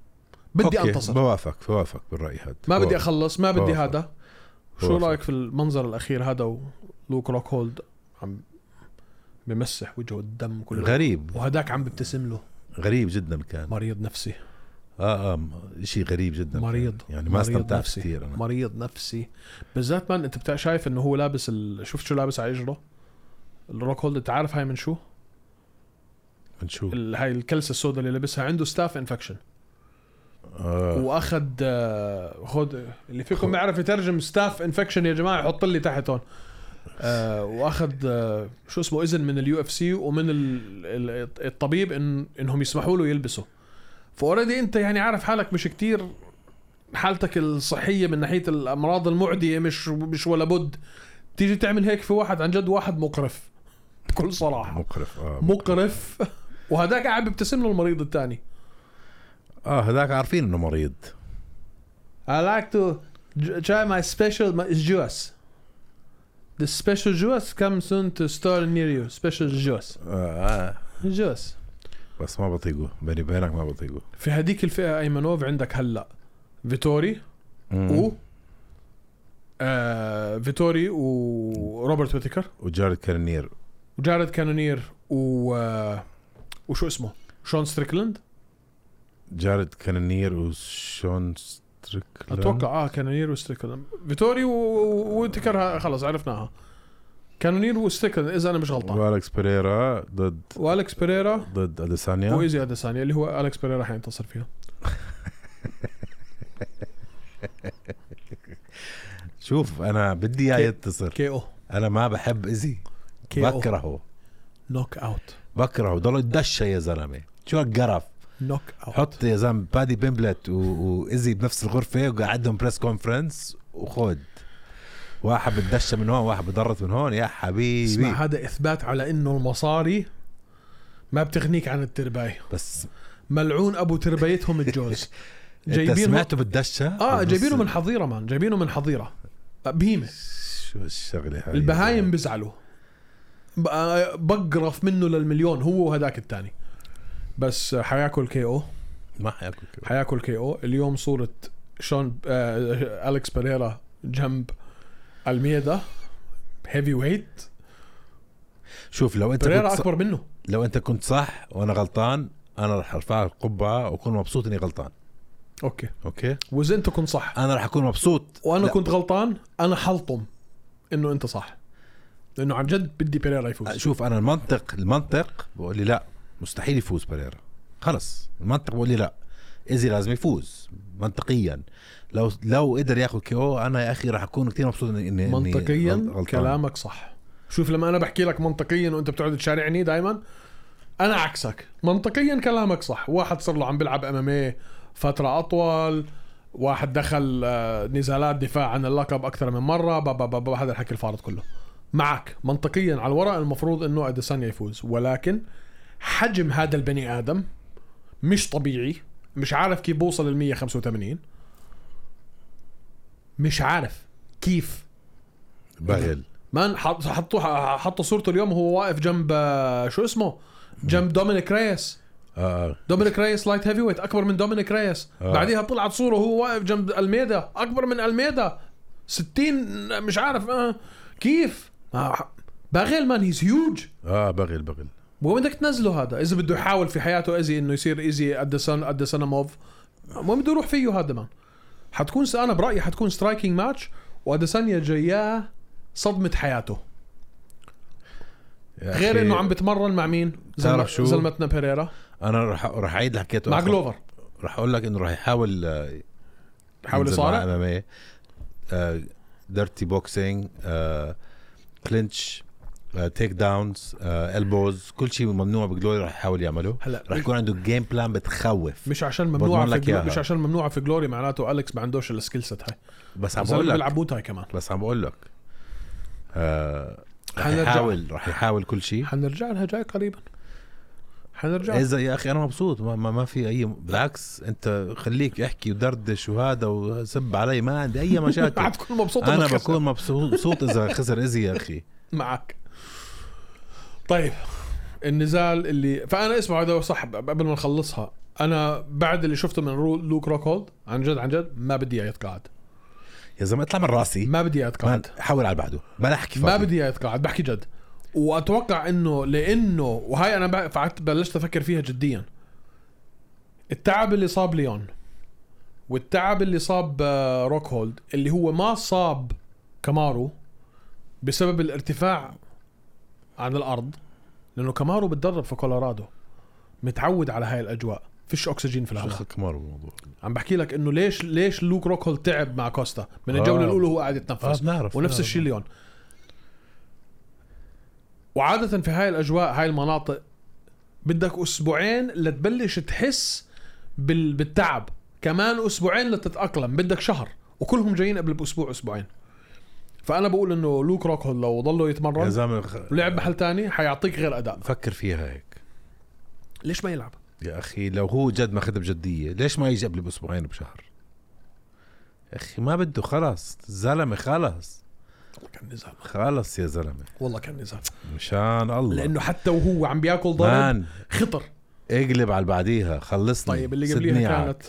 Speaker 2: بدي
Speaker 3: أوكي،
Speaker 2: انتصر
Speaker 3: بوافق بوافق بالراي هذا
Speaker 2: ما بدي
Speaker 3: بوافق.
Speaker 2: اخلص ما بدي
Speaker 3: بوافق.
Speaker 2: هذا شو
Speaker 3: بوافق.
Speaker 2: رايك في المنظر الاخير هذا ولوك روك هولد عم بمسح وجهه الدم كله
Speaker 3: غريب
Speaker 2: وهداك عم ببتسم له
Speaker 3: غريب جدا كان
Speaker 2: مريض نفسي
Speaker 3: اه اه شيء غريب جدا كان.
Speaker 2: مريض
Speaker 3: يعني ما
Speaker 2: مريض
Speaker 3: استمتعت
Speaker 2: نفسي.
Speaker 3: كثير انا
Speaker 2: مريض نفسي بالذات مان انت بتا- شايف انه هو لابس ال... شفت شو لابس على اجره الروك هولد انت عارف هاي من شو؟
Speaker 3: بنشوف
Speaker 2: ال- هاي الكلسه السوداء اللي لابسها عنده ستاف انفكشن
Speaker 3: آه.
Speaker 2: واخذ آه، خد اللي فيكم بيعرف يترجم ستاف انفكشن يا جماعه يحط لي تحت هون آه، واخذ آه، شو اسمه اذن من اليو اف سي ومن ال- ال- الطبيب ان انهم يسمحوا له يلبسه فاوريدي انت يعني عارف حالك مش كتير حالتك الصحيه من ناحيه الامراض المعديه مش مش ولا بد تيجي تعمل هيك في واحد عن جد واحد مقرف بكل صراحه
Speaker 3: مقرف اه
Speaker 2: مقرف وهذاك قاعد بيبتسم له المريض الثاني
Speaker 3: اه هذاك عارفين انه مريض
Speaker 2: I like to j- try my special my juice. The special juice comes soon to store near you. Special juice.
Speaker 3: آه, آه.
Speaker 2: juice.
Speaker 3: بس ما بطيقه بيني وبينك ما بطيقه
Speaker 2: في هذيك الفئة أيمنوف عندك هلا فيتوري
Speaker 3: مم.
Speaker 2: و آه فيتوري وروبرت ويتكر
Speaker 3: وجارد كارنير
Speaker 2: وجارد كانونير و آه وشو اسمه؟ شون ستريكلاند
Speaker 3: جارد كانونير وشون ستريكلاند
Speaker 2: اتوقع اه كانونير وستيكلاند فيتوري و- و- وتكرها خلص عرفناها كانونير وستيكلاند اذا انا مش غلطان
Speaker 3: والكس بيريرا ضد
Speaker 2: والكس بيريرا
Speaker 3: ضد اديسانيا
Speaker 2: وايزي اديسانيا اللي هو الكس بيريرا حينتصر فيها
Speaker 3: شوف انا بدي اياه
Speaker 2: كي-
Speaker 3: يتصل
Speaker 2: كي او
Speaker 3: انا ما بحب ايزي
Speaker 2: كي او
Speaker 3: بكرهه
Speaker 2: نوك اوت
Speaker 3: بكرهه ضل يتدشى يا زلمه شو هالقرف
Speaker 2: نوك اوت
Speaker 3: حط يا زلمه بادي بيمبلت و- وايزي بنفس الغرفه وقعدهم بريس كونفرنس وخد واحد بتدشى من هون واحد بدرت من هون يا حبيبي
Speaker 2: اسمع هذا اثبات على انه المصاري ما بتغنيك عن التربايه
Speaker 3: بس
Speaker 2: ملعون ابو تربايتهم الجوز
Speaker 3: انت
Speaker 2: جايبينه
Speaker 3: سمعته بالدشة
Speaker 2: اه جايبينه من حظيره مان جايبينه من حظيره بهيمه
Speaker 3: شو الشغلة هاي
Speaker 2: البهايم بزعلوا ب- آه، بقرف منه للمليون هو وهداك الثاني بس آه، حياكل كي او
Speaker 3: ما حياكل كيو.
Speaker 2: حياكل كي او اليوم صوره شون آه اليكس بيريرا جنب الميدا هيفي ويت
Speaker 3: شوف لو انت
Speaker 2: بيريرا
Speaker 3: كنت صح
Speaker 2: اكبر منه
Speaker 3: لو انت كنت صح وانا غلطان انا رح ارفع القبعة واكون مبسوط اني غلطان
Speaker 2: اوكي
Speaker 3: اوكي
Speaker 2: وزنته كنت صح
Speaker 3: انا رح اكون مبسوط
Speaker 2: وانا
Speaker 3: لا.
Speaker 2: كنت غلطان انا حلطم انه انت صح لانه عن جد بدي بيريرا يفوز
Speaker 3: شوف انا المنطق المنطق بقول لي لا مستحيل يفوز بريرا خلص المنطق بقول لي لا ايزي لازم يفوز منطقيا لو لو قدر ياخذ كيو انا يا اخي رح اكون كثير مبسوط اني إني- إني يعني غل-
Speaker 2: منطقيا
Speaker 3: غلطان.
Speaker 2: كلامك صح شوف لما انا بحكي لك منطقيا وانت بتقعد تشارعني دائما انا عكسك منطقيا كلامك صح واحد صار له عم بيلعب ام فتره اطول واحد دخل آه، نزالات دفاع عن اللقب اكثر من مره بابا بابا هذا الحكي الفارض كله معك منطقيا على الورق المفروض انه اديسانيا يفوز ولكن حجم هذا البني ادم مش طبيعي مش عارف كيف بوصل ال 185 مش عارف كيف
Speaker 3: بغل
Speaker 2: مان حط- حطوا حطوا صورته اليوم وهو واقف جنب آه، شو اسمه جنب دومينيك ريس
Speaker 3: آه.
Speaker 2: دومينيك ريس لايت هيفي ويت اكبر من دومينيك ريس
Speaker 3: آه.
Speaker 2: بعديها طلعت صوره وهو واقف جنب الميدا اكبر من الميدا 60 مش عارف آه. كيف آه. باغيل مان هيز هيوج
Speaker 3: اه بغل بغل
Speaker 2: وين بدك تنزله هذا اذا بده يحاول في حياته ايزي انه يصير ايزي قد سن قد سنة موف وين بده يروح فيه هذا مان حتكون انا برايي حتكون سترايكينج ماتش واديسانيا جاياه صدمه حياته
Speaker 3: يا
Speaker 2: غير
Speaker 3: أخي،
Speaker 2: انه عم بتمرن مع مين؟ زلمة
Speaker 3: تعرف شو؟ طيب،
Speaker 2: زلمتنا بيريرا
Speaker 3: انا رح رح اعيد اللي حكيته
Speaker 2: مع
Speaker 3: آخر-
Speaker 2: جلوفر
Speaker 3: رح اقول لك انه رح يحاول آه،
Speaker 2: يحاول يصارع
Speaker 3: ام ام ديرتي بوكسينج آه، كلينش تيك داونز البوز آه، كل شيء ممنوع بجلوري رح يحاول يعمله
Speaker 2: هلا
Speaker 3: رح يكون عنده جيم بلان بتخوف
Speaker 2: مش عشان ممنوعه
Speaker 3: بضمن
Speaker 2: في
Speaker 3: لك
Speaker 2: جلو...
Speaker 3: إياها.
Speaker 2: مش عشان ممنوعه في جلوري معناته اليكس ما عندوش السكيل سيت هاي
Speaker 3: بس عم
Speaker 2: زلمة
Speaker 3: بقول لك
Speaker 2: بيلعب موت هاي كمان
Speaker 3: بس عم بقول لك آه، رح
Speaker 2: حنرجع-
Speaker 3: يحاول رح يحاول كل شيء
Speaker 2: حنرجع لها جاي قريبا حنرجع
Speaker 3: اذا يا اخي انا مبسوط ما, ما, ما في اي بالعكس انت خليك احكي ودردش وهذا وسب علي ما عندي اي مشاكل
Speaker 2: حتكون مبسوط
Speaker 3: انا
Speaker 2: إنك خسرت.
Speaker 3: بكون مبسوط مبسوط اذا خسر ايزي يا اخي
Speaker 2: معك طيب النزال اللي فانا اسمع هذا صح ب- قبل ما نخلصها انا بعد اللي شفته من رو... لوك روكهولد عن جد عن جد ما بدي اياه يتقاعد
Speaker 3: يا زلمه اطلع من راسي
Speaker 2: ما بدي اياه
Speaker 3: مان
Speaker 2: يتقاعد
Speaker 3: حاول على بعده بلا احكي
Speaker 2: ما
Speaker 3: فاضي.
Speaker 2: بدي اياه يتقاعد بحكي جد واتوقع انه لانه وهاي انا بع- قعدت بلشت افكر فيها جديا التعب اللي صاب ليون والتعب اللي صاب آه، روكهولد اللي هو ما صاب كامارو بسبب الارتفاع عن الارض لانه كامارو بتدرب في كولورادو متعود على هاي الاجواء فيش اكسجين في
Speaker 3: شو
Speaker 2: الهواء
Speaker 3: دخلك مار بالموضوع
Speaker 2: عم بحكي لك انه ليش ليش لوك روكهولد تعب مع كوستا من الجوله
Speaker 3: آه.
Speaker 2: الاولى هو قاعد يتنفس
Speaker 3: بنعرف
Speaker 2: ونفس الشيء ليون وعادة في هاي الأجواء هاي المناطق بدك أسبوعين لتبلش تحس بال... بالتعب كمان أسبوعين لتتأقلم بدك شهر وكلهم جايين قبل بأسبوع أسبوعين فأنا بقول إنه لوك روكهول لو ضلوا
Speaker 3: يا
Speaker 2: يتمرن
Speaker 3: زلمه خ-
Speaker 2: لعب محل تاني حيعطيك غير أداء
Speaker 3: فكر فيها هيك
Speaker 2: ليش ما يلعب
Speaker 3: يا اخي لو هو جد ماخذها بجديه ليش ما يجي قبل باسبوعين بشهر يا اخي ما بده خلص الزلمه خلص
Speaker 2: والله كان نزال
Speaker 3: خلص يا زلمه
Speaker 2: والله كان نزال
Speaker 3: مشان الله
Speaker 2: لأنه حتى وهو عم بياكل ضرب
Speaker 3: مان
Speaker 2: خطر
Speaker 3: اقلب على اللي بعديها خلصني
Speaker 2: طيب اللي
Speaker 3: سدني
Speaker 2: قبليها
Speaker 3: عاد.
Speaker 2: كانت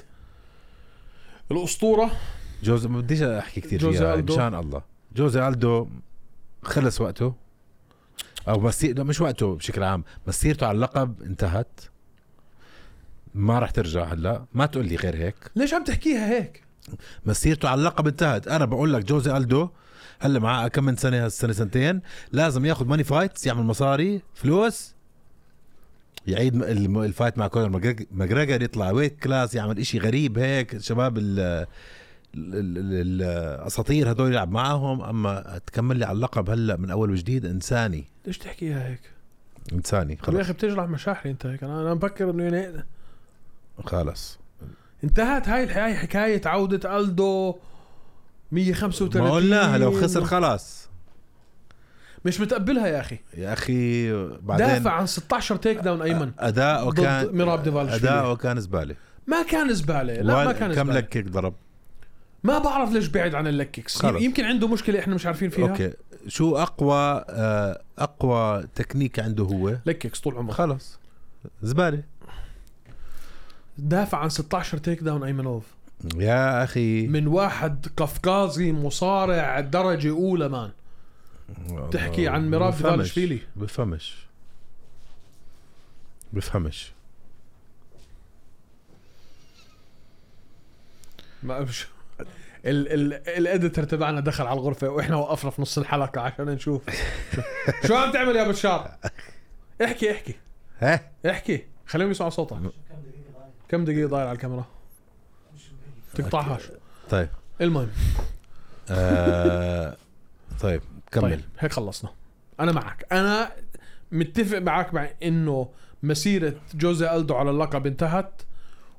Speaker 2: الأسطورة
Speaker 3: جوز ما بديش احكي كثير
Speaker 2: جوزي
Speaker 3: فيها
Speaker 2: ألدو.
Speaker 3: مشان الله جوزي الدو خلص وقته او مسير لا، مش وقته بشكل عام مسيرته على اللقب انتهت ما راح ترجع هلا ما تقول لي غير هيك
Speaker 2: ليش عم تحكيها هيك
Speaker 3: مسيرته على اللقب انتهت انا بقول لك جوزي الدو هلا معاه كم من سنه سنه سنتين لازم ياخذ ماني فايتس يعمل مصاري فلوس يعيد م- الم- الفايت مع كونر ماجريج- ماجريجر يطلع ويت كلاس يعمل إشي غريب هيك شباب ال- ال- ال- ال- الاساطير هدول يلعب معاهم اما تكمل لي على اللقب هلا من اول وجديد انساني
Speaker 2: ليش تحكيها هيك؟
Speaker 3: انساني
Speaker 2: طب يا
Speaker 3: خلص
Speaker 2: اخي بتجرح مشاعري انت هيك انا انا مفكر انه يعني
Speaker 3: خلص
Speaker 2: انتهت هاي الحكايه حكايه عوده الدو 135
Speaker 3: ما قلناها لو خسر خلاص
Speaker 2: مش متقبلها يا اخي
Speaker 3: يا اخي بعدين
Speaker 2: دافع عن 16 تيك داون ايمن
Speaker 3: اداؤه
Speaker 2: ضد
Speaker 3: كان
Speaker 2: ميراب ديفالشفيلي.
Speaker 3: اداؤه كان زباله
Speaker 2: ما كان زباله لا ما
Speaker 3: وال-
Speaker 2: كان
Speaker 3: كم
Speaker 2: زباله
Speaker 3: لك كيك ضرب
Speaker 2: ما بعرف ليش بعد عن اللككس
Speaker 3: خلص.
Speaker 2: يمكن عنده مشكله احنا مش عارفين فيها
Speaker 3: اوكي شو اقوى آه، اقوى تكنيك عنده هو
Speaker 2: لككس طول عمره
Speaker 3: خلص زباله
Speaker 2: دافع عن 16 تيك داون ايمنوف
Speaker 3: يا اخي
Speaker 2: من واحد قفقازي مصارع درجه اولى مان تحكي عن ميراب
Speaker 3: بفهمش-
Speaker 2: ديفالشفيلي.
Speaker 3: بفهمش بفهمش
Speaker 2: ما أبش ال ال الاديتر تبعنا دخل على الغرفه واحنا وقفنا في نص الحلقه عشان نشوف شو- شو عم تعمل يا بشار احكي احكي
Speaker 3: ها
Speaker 2: احكي خليهم يسمعوا صوتك كم دقيقه ضايل على الكاميرا تقطعهاش
Speaker 3: طيب
Speaker 2: المهم
Speaker 3: آه طيب كمل
Speaker 2: طيب هيك خلصنا انا معك انا متفق معك مع انه مسيره جوزي الدو على اللقب انتهت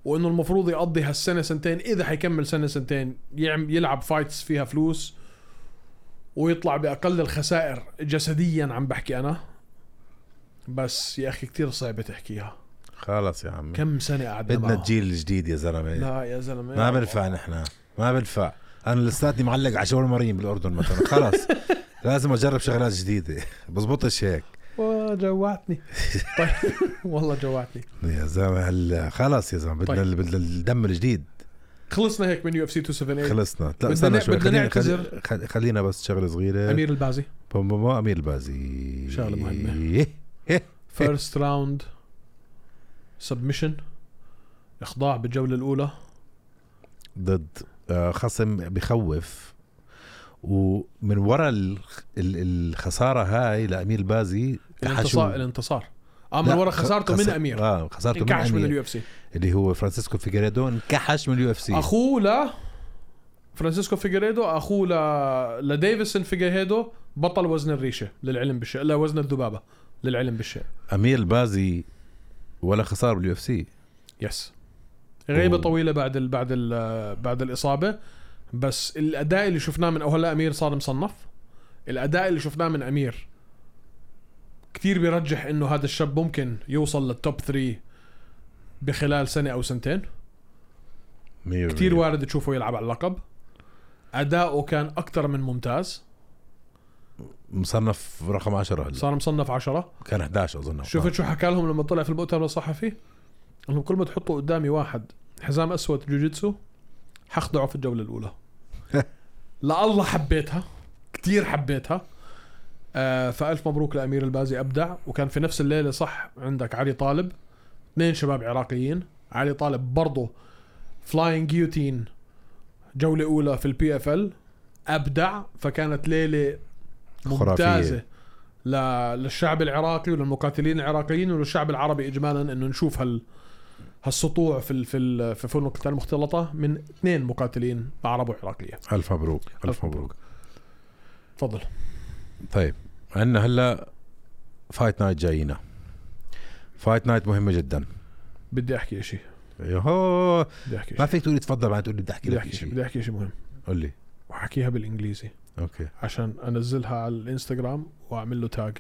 Speaker 2: وانه المفروض يقضي هالسنه سنتين اذا حيكمل سنه سنتين يعم يلعب فايتس فيها فلوس ويطلع باقل الخسائر جسديا عم بحكي انا بس يا اخي كتير صعبه تحكيها
Speaker 3: خلص يا عمي
Speaker 2: كم سنه قعدنا
Speaker 3: بدنا
Speaker 2: معه.
Speaker 3: الجيل الجديد يا زلمه
Speaker 2: لا يا زلمه
Speaker 3: ما بنفع نحن ما بنفع انا لساتني معلق على شاورما ريم بالاردن مثلا خلص لازم اجرب شغلات جديده بزبطش هيك
Speaker 2: آه، جوعتني طيب والله جوعتني
Speaker 3: يا زلمه هلا خلص يا زلمه بدنا
Speaker 2: طيب.
Speaker 3: ال- بدنا الدم الجديد
Speaker 2: خلصنا هيك من يو اف سي 278
Speaker 3: خلصنا لا
Speaker 2: إيه. بدنا
Speaker 3: استنى
Speaker 2: نع-
Speaker 3: شوي
Speaker 2: بدنا
Speaker 3: خلينا
Speaker 2: نعتذر.
Speaker 3: خل- خلينا بس شغله صغيره امير
Speaker 2: امير البازي
Speaker 3: بوم بوم بوم، امير البازي
Speaker 2: شغلة
Speaker 3: إيه.
Speaker 2: مهمة. فيرست راوند سبمشن اخضاع بالجوله الاولى
Speaker 3: ضد آه، خصم بخوف ومن ورا ال- ال- الخساره هاي لامير البازي حشو.
Speaker 2: الانتصار الانتصار اه من
Speaker 3: لا،
Speaker 2: ورا
Speaker 3: خ-
Speaker 2: خسارته من
Speaker 3: خسا-
Speaker 2: امير
Speaker 3: اه خسارته من
Speaker 2: انكعش من
Speaker 3: امير
Speaker 2: اليو اف سي
Speaker 3: اللي هو فرانسيسكو فيجريدو انكحش من اليو اف سي
Speaker 2: اخوه ل فرانسيسكو فيجريدو اخوه ل لديفيسون فيجريدو بطل وزن الريشه للعلم بالشيء لا وزن الذبابه للعلم بالشيء
Speaker 3: امير البازي ولا خساره باليو اف سي
Speaker 2: يس غيبه
Speaker 3: أوه.
Speaker 2: طويله بعد ال بعد ال بعد الاصابه بس الاداء اللي شفناه من هلا امير صار مصنف الاداء اللي شفناه من امير كثير بيرجح انه هذا الشاب ممكن يوصل للتوب 3 بخلال سنه او سنتين كثير وارد تشوفه يلعب على اللقب اداؤه كان اكثر من ممتاز
Speaker 3: مصنف رقم 10 هلا
Speaker 2: صار مصنف عشرة
Speaker 3: كان طيب. 11 اظن أو
Speaker 2: شفت شو حكى لهم لما طلع في المؤتمر الصحفي انهم كل ما تحطوا قدامي واحد حزام اسود جوجيتسو حخضعه في الجوله الاولى لا الله حبيتها كثير حبيتها آه فالف مبروك لامير البازي ابدع وكان في نفس الليله صح عندك علي طالب اثنين شباب عراقيين علي طالب برضه فلاين جيوتين جوله اولى في البي اف ال ابدع فكانت ليله ممتازه
Speaker 3: خرافية.
Speaker 2: ل- للشعب العراقي وللمقاتلين العراقيين وللشعب العربي اجمالا انه نشوف هال هالسطوع في ال- في ال- في فنون القتال المختلطه من اثنين مقاتلين عرب وعراقيه
Speaker 3: لا. الف مبروك
Speaker 2: ألف
Speaker 3: الف
Speaker 2: مبروك.
Speaker 3: مبروك
Speaker 2: تفضل
Speaker 3: طيب عندنا هلا فايت نايت جايينا فايت نايت مهمه جدا
Speaker 2: بدي احكي شيء
Speaker 3: يوهو
Speaker 2: بدي احكي
Speaker 3: ما
Speaker 2: شيء
Speaker 3: فيك تقولي تفضل بعد تقولي بدي احكي
Speaker 2: بدي
Speaker 3: لك
Speaker 2: احكي شيء
Speaker 3: شيء
Speaker 2: بدي احكي شيء مهم
Speaker 3: قول لي
Speaker 2: واحكيها بالانجليزي
Speaker 3: اوكي
Speaker 2: عشان انزلها على الانستغرام واعمل له تاج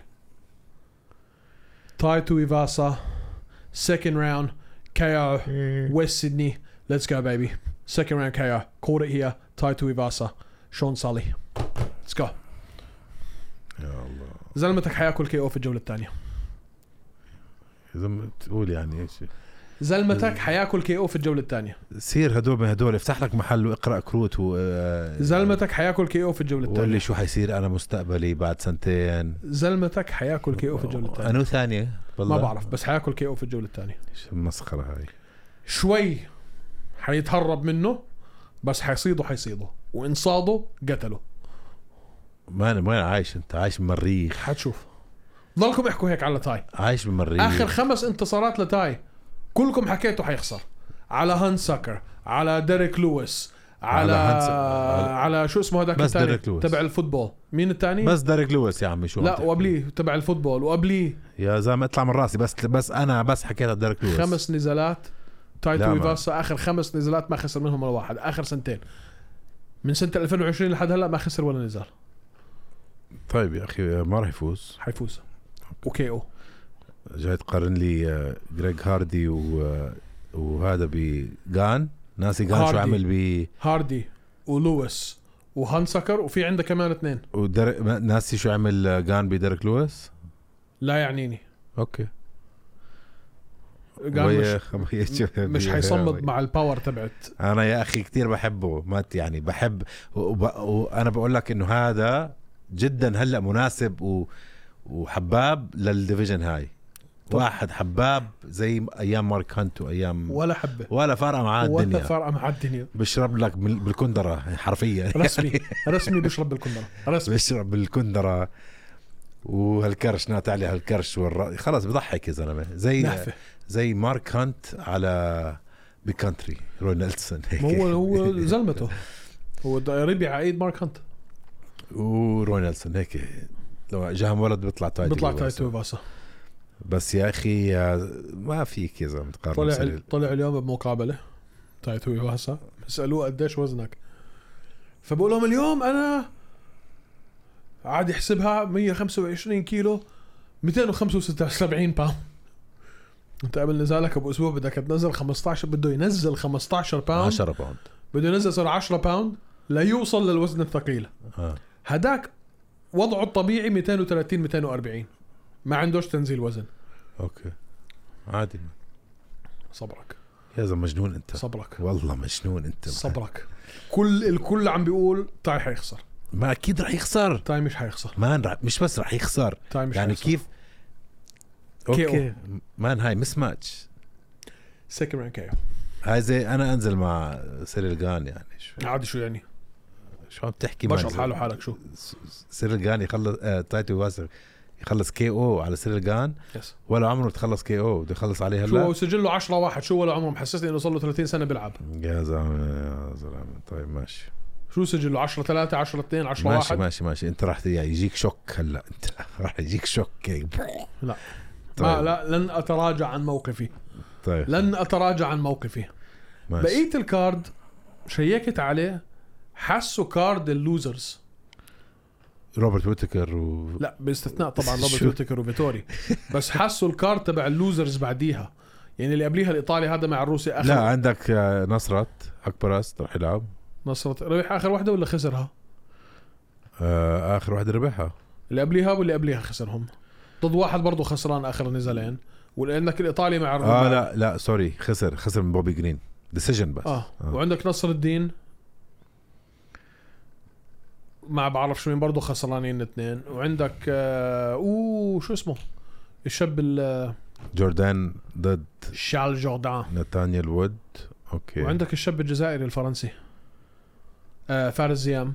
Speaker 2: تايتو ايفاسا second round KO West Sydney let's go baby second round KO called it here تايتو ايفاسا شون سالي let's go
Speaker 3: يا الله
Speaker 2: زلمتك حياكل كي او في الجوله الثانيه
Speaker 3: اذا ما تقول يعني ايش
Speaker 2: زلمتك حياكل كي او في الجوله الثانيه
Speaker 3: سير هدول من هدول افتح لك محل واقرا كروت و آه،
Speaker 2: زلمتك حياكل كي او في الجوله
Speaker 3: وقول
Speaker 2: الثانيه
Speaker 3: لي شو حيصير انا مستقبلي بعد سنتين
Speaker 2: زلمتك حياكل كي او في الجوله الثانيه
Speaker 3: انو ثانيه
Speaker 2: ما بعرف بس حياكل كي او في الجوله الثانيه
Speaker 3: شو المسخره هاي
Speaker 2: شوي حيتهرب منه بس حيصيده حيصيده وان صاده قتله
Speaker 3: مان وين عايش انت عايش بمريخ
Speaker 2: حتشوف ضلكم احكوا هيك على تاي
Speaker 3: عايش بمريخ
Speaker 2: اخر خمس انتصارات لتاي كلكم حكيتوا حيخسر على هانسكر على ديريك لويس على
Speaker 3: على
Speaker 2: على,
Speaker 3: هانس- على-
Speaker 2: شو اسمه هذاك
Speaker 3: بس
Speaker 2: الثاني
Speaker 3: ديريك لويس.
Speaker 2: تبع الفوتبول مين الثاني
Speaker 3: بس ديريك لويس يا عمي شو عم
Speaker 2: لا
Speaker 3: تحكي؟
Speaker 2: وقبليه تبع الفوتبول وقبليه
Speaker 3: يا زلمه اطلع من راسي بس بس انا بس حكيت على ديريك لويس
Speaker 2: خمس نزالات
Speaker 3: لا،
Speaker 2: تايتو
Speaker 3: ما-
Speaker 2: ويفاسا اخر خمس نزالات ما خسر منهم ولا واحد اخر سنتين من سنه 2020 لحد هلا ما خسر ولا نزال
Speaker 3: طيب يا اخي ما راح يفوز
Speaker 2: حيفوز اوكي او
Speaker 3: جاي تقارن لي آه، جريج هاردي و آه، وهذا بجان ناسي جان
Speaker 2: هاردي.
Speaker 3: شو عمل ب
Speaker 2: هاردي ولويس وهانسكر وفي عنده كمان اثنين
Speaker 3: ودر... ما- ناسي شو عمل آه، جان بديريك لويس
Speaker 2: لا يعنيني
Speaker 3: اوكي
Speaker 2: قال مش مش
Speaker 3: مش
Speaker 2: حيصمد مع الباور تبعت
Speaker 3: انا يا اخي كثير بحبه مات يعني بحب وب... وانا بقول لك انه هذا جدا هلا مناسب و... وحباب للديفيجن هاي
Speaker 2: طب.
Speaker 3: واحد حباب زي ايام مارك هانت وايام
Speaker 2: ولا حبه
Speaker 3: ولا فارقه معاه
Speaker 2: ولا
Speaker 3: الدنيا
Speaker 2: فارقه مع الدنيا
Speaker 3: بشرب لك بال- بالكندره حرفيا
Speaker 2: رسمي رسمي بيشرب بالكندره رسمي
Speaker 3: بشرب بالكندره وهالكرش نات عليه هالكرش والر... خلاص بضحك يا زلمه زي
Speaker 2: نحفه
Speaker 3: زي مارك هانت على بكانتري روي نيلسون هيك
Speaker 2: ما هو هو زلمته هو د- ربع عيد مارك هانت
Speaker 3: وروي نيلسون هيك لو جاهم ولد بيطلع تايتل
Speaker 2: بيطلع
Speaker 3: بس.
Speaker 2: تايتو فاسا
Speaker 3: بس يا اخي يا- ما فيك يا زلمه تقارن
Speaker 2: طلع
Speaker 3: سريع.
Speaker 2: طلع اليوم طيب، بمقابله تايتو يواسا سالوه قديش وزنك فبقول لهم اليوم انا عاد يحسبها 125 كيلو 275 باوند انت قبل نزالك ابو اسبوع بدك تنزل 15 بده ينزل 15 باوند
Speaker 3: 10 باوند
Speaker 2: بده ينزل صار 10 باوند ليوصل للوزن الثقيل
Speaker 3: آه.
Speaker 2: هداك وضعه الطبيعي 230 240 ما عندوش تنزيل وزن
Speaker 3: اوكي عادي
Speaker 2: صبرك
Speaker 3: يا زلمه مجنون انت
Speaker 2: صبرك
Speaker 3: والله مجنون انت
Speaker 2: صبرك كل الكل عم بيقول تاي حيخسر
Speaker 3: ما اكيد رح يخسر
Speaker 2: تاي مش حيخسر
Speaker 3: مان رح مش بس رح يخسر
Speaker 2: تاي مش
Speaker 3: يعني
Speaker 2: حيخسر.
Speaker 3: كيف اوكي مان هاي مس ماتش
Speaker 2: سكن من كيو
Speaker 3: هاي زي انا انزل مع سيريل جان يعني شو,
Speaker 2: عادي شو يعني
Speaker 3: شو عم تحكي مان؟
Speaker 2: بشر حاله حالك شو
Speaker 3: سيريل جان يخلص آه تايتو واسر يخلص كي او على سيريل جان
Speaker 2: يس
Speaker 3: ولا عمره تخلص كي او بده يخلص عليه
Speaker 2: شو
Speaker 3: هلا
Speaker 2: هو سجله 10 واحد شو ولا عمره محسسني انه صار له 30 سنه بيلعب
Speaker 3: يا زلمه يا زلمه طيب ماشي
Speaker 2: شو سجله 10 3 10 2 10
Speaker 3: ماشي
Speaker 2: 1
Speaker 3: ماشي ماشي انت راح ت- يعني يجيك شوك هلا انت راح يجيك شوك هيك.
Speaker 2: لا
Speaker 3: طيب
Speaker 2: ما لا لن اتراجع عن موقفي
Speaker 3: طيب
Speaker 2: لن اتراجع عن موقفي
Speaker 3: ماشي
Speaker 2: بقيه الكارد شيكت عليه حسوا كارد اللوزرز
Speaker 3: روبرت ويتكر و
Speaker 2: لا باستثناء طبعا روبرت
Speaker 3: شو؟
Speaker 2: ويتكر وفيتوري بس حسوا الكارد تبع اللوزرز بعديها يعني اللي قبليها الايطالي هذا مع الروسي اخر
Speaker 3: لا عندك آه، نصرت اكبرست راح يلعب
Speaker 2: نصرت ربح اخر واحده ولا خسرها؟
Speaker 3: آه، اخر واحد ربحها
Speaker 2: اللي قبليها واللي قبليها خسرهم ضد واحد برضه خسران اخر نزالين ولانك الايطالي مع الروسي
Speaker 3: اه لا لا سوري خسر خسر من بوبي جرين ديسيجن بس
Speaker 2: اه وعندك نصر الدين ما بعرف شو مين برضه خسرانين الاثنين وعندك آه اوه شو اسمه الشاب ال-
Speaker 3: جوردان ضد
Speaker 2: شال جوردان
Speaker 3: نتانيال وود اوكي
Speaker 2: وعندك الشاب الجزائري الفرنسي آه فارس زيام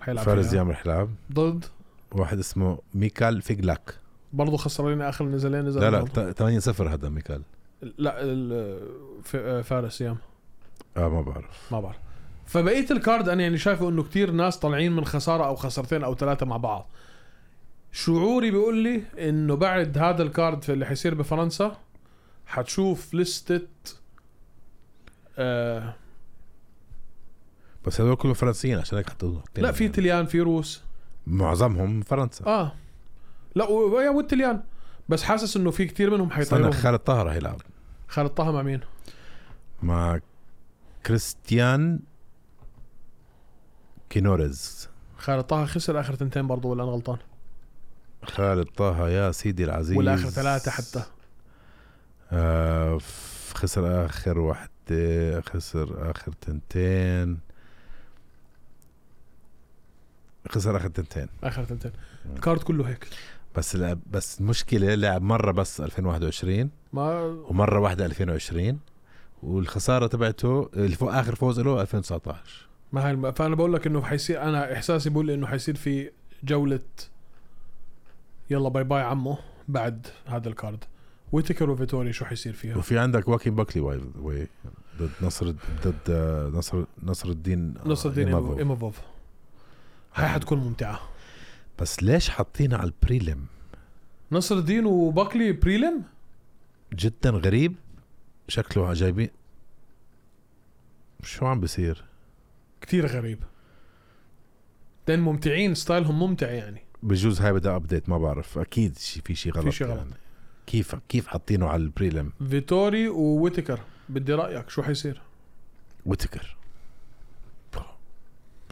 Speaker 2: حيلعب
Speaker 3: فارس
Speaker 2: فيها.
Speaker 3: زيام رح يلعب
Speaker 2: ضد
Speaker 3: واحد اسمه ميكال فيجلاك
Speaker 2: برضه خسرانين اخر نزالين نزال
Speaker 3: لا لا
Speaker 2: منهم.
Speaker 3: 8 0 هذا ميكال
Speaker 2: لا ال- ف- آه، فارس يام آه،
Speaker 3: اه ما بعرف
Speaker 2: ما بعرف فبقيه الكارد انا يعني شايفه انه كتير ناس طالعين من خساره او خسارتين او ثلاثه مع بعض شعوري بيقول لي انه بعد هذا الكارد في اللي حيصير بفرنسا حتشوف لستة آه
Speaker 3: بس هذول كلهم فرنسيين عشان هيك حطوا حاطين
Speaker 2: لا في تليان في روس
Speaker 3: معظمهم من فرنسا
Speaker 2: اه لا و- يا والتليان بس حاسس انه في كتير منهم
Speaker 3: استنى
Speaker 2: حيطيروا
Speaker 3: خالد طه رح يلعب
Speaker 2: خالد طه مع مين؟
Speaker 3: مع كريستيان كينوريز
Speaker 2: خالد طه خسر اخر تنتين برضه ولا انا غلطان
Speaker 3: خالد طه يا سيدي العزيز
Speaker 2: ولا اخر ثلاثه حتى
Speaker 3: آه ف- خسر اخر وحده خسر اخر تنتين خسر اخر تنتين
Speaker 2: اخر تنتين الكارد كله هيك
Speaker 3: بس لعب بس المشكله لعب مره بس 2021
Speaker 2: ما
Speaker 3: ومره واحده 2020 والخساره تبعته الف- اخر فوز له 2019
Speaker 2: ما هي الم... فانا بقول لك انه حيصير انا احساسي بيقول لي انه حيصير في جوله يلا باي باي عمو بعد هذا الكارد ويتكر وفيتوري شو حيصير فيها
Speaker 3: وفي عندك واكي باكلي واي واي ضد نصر ضد آه، نصر نصر الدين آه،
Speaker 2: نصر الدين
Speaker 3: إماموف.
Speaker 2: ايموفوف هاي حتكون ممتعه
Speaker 3: بس ليش حاطينها على البريلم
Speaker 2: نصر الدين وباكلي بريلم
Speaker 3: جدا غريب شكله جايبين شو عم بصير
Speaker 2: كثير غريب لان ممتعين ستايلهم ممتع يعني
Speaker 3: بجوز هاي بدها ابديت ما بعرف اكيد شي في شي غلط يعني.
Speaker 2: شي غلط.
Speaker 3: كيف كيف حاطينه على البريلم
Speaker 2: فيتوري وويتكر بدي رايك شو حيصير
Speaker 3: وتكر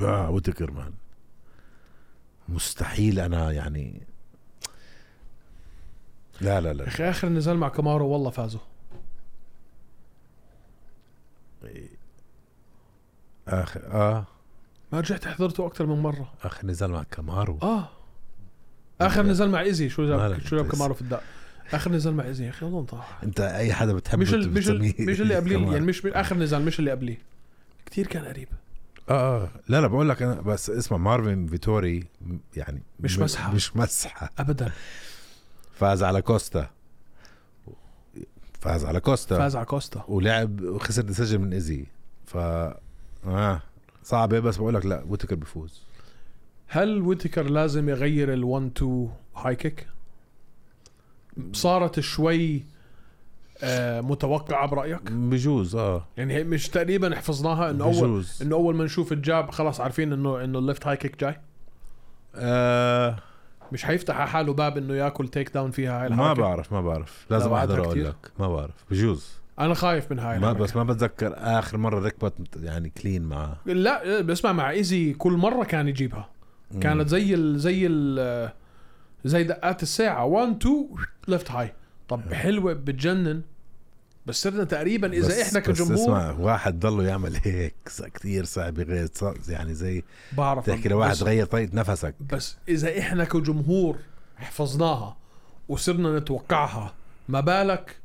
Speaker 3: اه وتكر مان مستحيل انا يعني لا لا لا
Speaker 2: اخي اخر نزال مع كامارو والله فازوا
Speaker 3: اخر اه
Speaker 2: ما رجعت حضرته اكثر من مره
Speaker 3: اخر نزال مع كامارو
Speaker 2: اه اخر
Speaker 3: مالك.
Speaker 2: نزال مع ايزي شو جاب
Speaker 3: مالك
Speaker 2: شو جاب
Speaker 3: بس.
Speaker 2: كامارو في الدق اخر نزال مع ايزي يا اخي والله انطاح
Speaker 3: انت اي حدا بتحبه
Speaker 2: مش ال... مش ال...
Speaker 3: بتسميه
Speaker 2: مش اللي قبليه
Speaker 3: كامارو.
Speaker 2: يعني مش من اخر نزال مش اللي قبليه كثير كان قريب
Speaker 3: اه اه لا لا بقول لك انا بس اسمع مارفن فيتوري م- يعني
Speaker 2: مش
Speaker 3: م-
Speaker 2: مسحة.
Speaker 3: مش مسحه
Speaker 2: ابدا
Speaker 3: فاز على كوستا فاز على كوستا
Speaker 2: فاز على كوستا
Speaker 3: ولعب وخسر سجل من ايزي ف اه صعبه بس بقول لك لا وتكر بيفوز
Speaker 2: هل ويتكر لازم يغير ال 1-2 هاي كيك؟ صارت شوي آه متوقعه برايك؟
Speaker 3: بجوز اه
Speaker 2: يعني هي مش تقريبا حفظناها انه اول
Speaker 3: بجوز
Speaker 2: انه اول ما نشوف الجاب خلاص عارفين انه انه الليفت هاي كيك جاي
Speaker 3: آه
Speaker 2: مش حيفتح على حاله باب انه ياكل تيك داون فيها هاي
Speaker 3: ما
Speaker 2: الحركة.
Speaker 3: بعرف ما بعرف لازم
Speaker 2: وعدها
Speaker 3: احضر اقول
Speaker 2: كتير.
Speaker 3: لك ما بعرف بجوز
Speaker 2: انا خايف من هاي
Speaker 3: ما
Speaker 2: الحركة.
Speaker 3: بس ما بتذكر اخر مره ركبت يعني كلين معاه
Speaker 2: لا بسمع مع ايزي كل مره كان يجيبها
Speaker 3: مم.
Speaker 2: كانت زي ال زي ال زي دقات الساعه 1 2 ليفت هاي طب حلوه بتجنن بس صرنا تقريبا اذا
Speaker 3: بس-
Speaker 2: احنا
Speaker 3: بس
Speaker 2: كجمهور
Speaker 3: اسمع واحد ضله يعمل هيك س- كثير صعب يغير ص- يعني زي
Speaker 2: بعرف
Speaker 3: تحكي لواحد
Speaker 2: بس,
Speaker 3: غير طريقه نفسك
Speaker 2: بس اذا احنا كجمهور حفظناها وصرنا نتوقعها ما بالك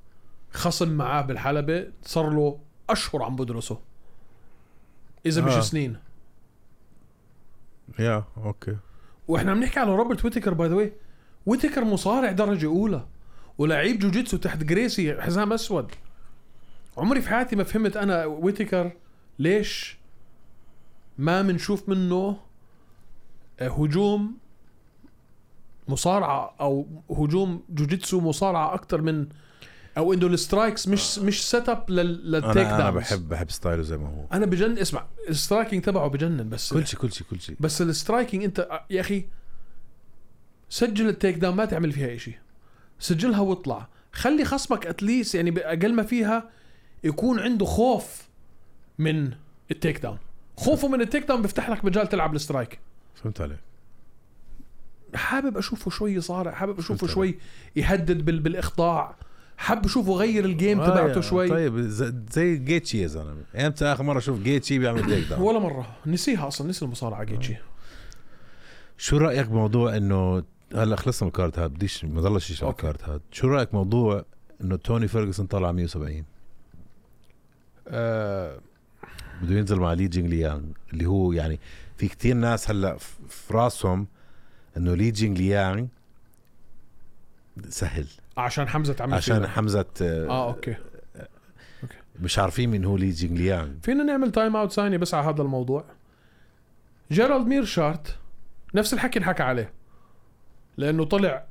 Speaker 2: خصم معاه بالحلبه صار له اشهر عم بدرسه اذا مش
Speaker 3: آه.
Speaker 2: سنين
Speaker 3: يا اوكي
Speaker 2: واحنا بنحكي على روبرت ويتكر باي ذا واي ويتكر مصارع درجه اولى ولعيب جوجيتسو تحت جريسي حزام اسود عمري في حياتي ما فهمت انا ويتكر ليش ما بنشوف منه آه، هجوم مصارعه او هجوم جوجيتسو مصارعه اكثر من او انه السترايكس مش مش سيت اب للتيك
Speaker 3: انا, أنا
Speaker 2: داونز
Speaker 3: بحب بحب ستايله زي ما هو
Speaker 2: انا بجن اسمع السترايكينج تبعه بجنن بس
Speaker 3: كل شيء كل شيء كل شيء
Speaker 2: بس السترايكنج انت آه، يا اخي سجل التيك داون ما تعمل فيها شيء سجلها واطلع خلي خصمك اتليست يعني باقل ما فيها يكون عنده خوف من التيك داون خوفه من التيك داون بيفتح لك مجال تلعب السترايك
Speaker 3: فهمت عليك
Speaker 2: حابب اشوفه شوي صارع حابب اشوفه
Speaker 3: فهمت.
Speaker 2: شوي يهدد بال... بالاخضاع حابب اشوفه غير الجيم تبعته
Speaker 3: آه،
Speaker 2: شوي
Speaker 3: طيب ز- زي جيتشي يا يعني زلمه امتى اخر مره اشوف جيتشي بيعمل تيك داون
Speaker 2: ولا مره نسيها اصلا نسي المصارعه جيتشي
Speaker 3: آه. شو رايك بموضوع انه هلا خلصنا من الكارت هاد بديش ما ضلش شيء على
Speaker 2: أوكي.
Speaker 3: الكارت هاد شو رايك موضوع انه توني فيرجسون طلع 170
Speaker 2: آه...
Speaker 3: بده ينزل مع لي جينغ ليانغ اللي هو يعني في كتير ناس هلا ف- في راسهم انه لي جينغ ليانغ سهل
Speaker 2: عشان حمزه تعمل
Speaker 3: عشان
Speaker 2: فيها.
Speaker 3: حمزه آه.
Speaker 2: اه اوكي
Speaker 3: مش عارفين مين هو لي جينغ ليانغ
Speaker 2: فينا نعمل تايم اوت ثانية بس على هذا الموضوع جيرالد ميرشارت نفس الحكي انحكى عليه لانه طلع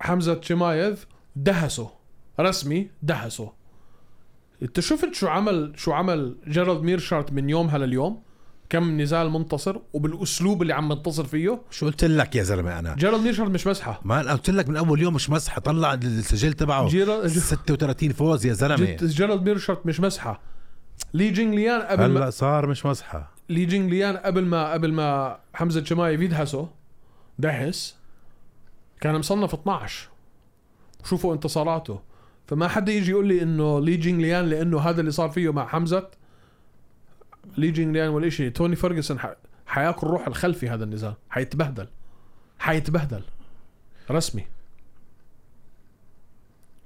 Speaker 2: حمزة شمايف دهسه رسمي دهسه انت شفت شو عمل شو عمل جيرالد ميرشارت من يومها لليوم كم نزال منتصر وبالاسلوب اللي عم ينتصر فيه
Speaker 3: شو قلت لك يا زلمه انا
Speaker 2: جيرالد ميرشارت مش مسحه
Speaker 3: ما انا قلت لك من اول يوم مش مسحه طلع السجل تبعه
Speaker 2: جيرا-
Speaker 3: 36 فوز يا زلمه
Speaker 2: جيرالد ميرشارت مش مسحه لي جينغ ليان قبل ما
Speaker 3: هلا صار مش مسحه
Speaker 2: لي جينغ ليان قبل ما قبل ما حمزه شمايف يدهسه دهس كان مصنف 12 شوفوا انتصاراته فما حدا يجي يقول لي انه لي جينغ ليان لانه هذا اللي صار فيه مع حمزه لي جينغ ليان ولا شيء توني فيرجسون ح- حياكل روح الخلفي هذا النزال حيتبهدل حيتبهدل رسمي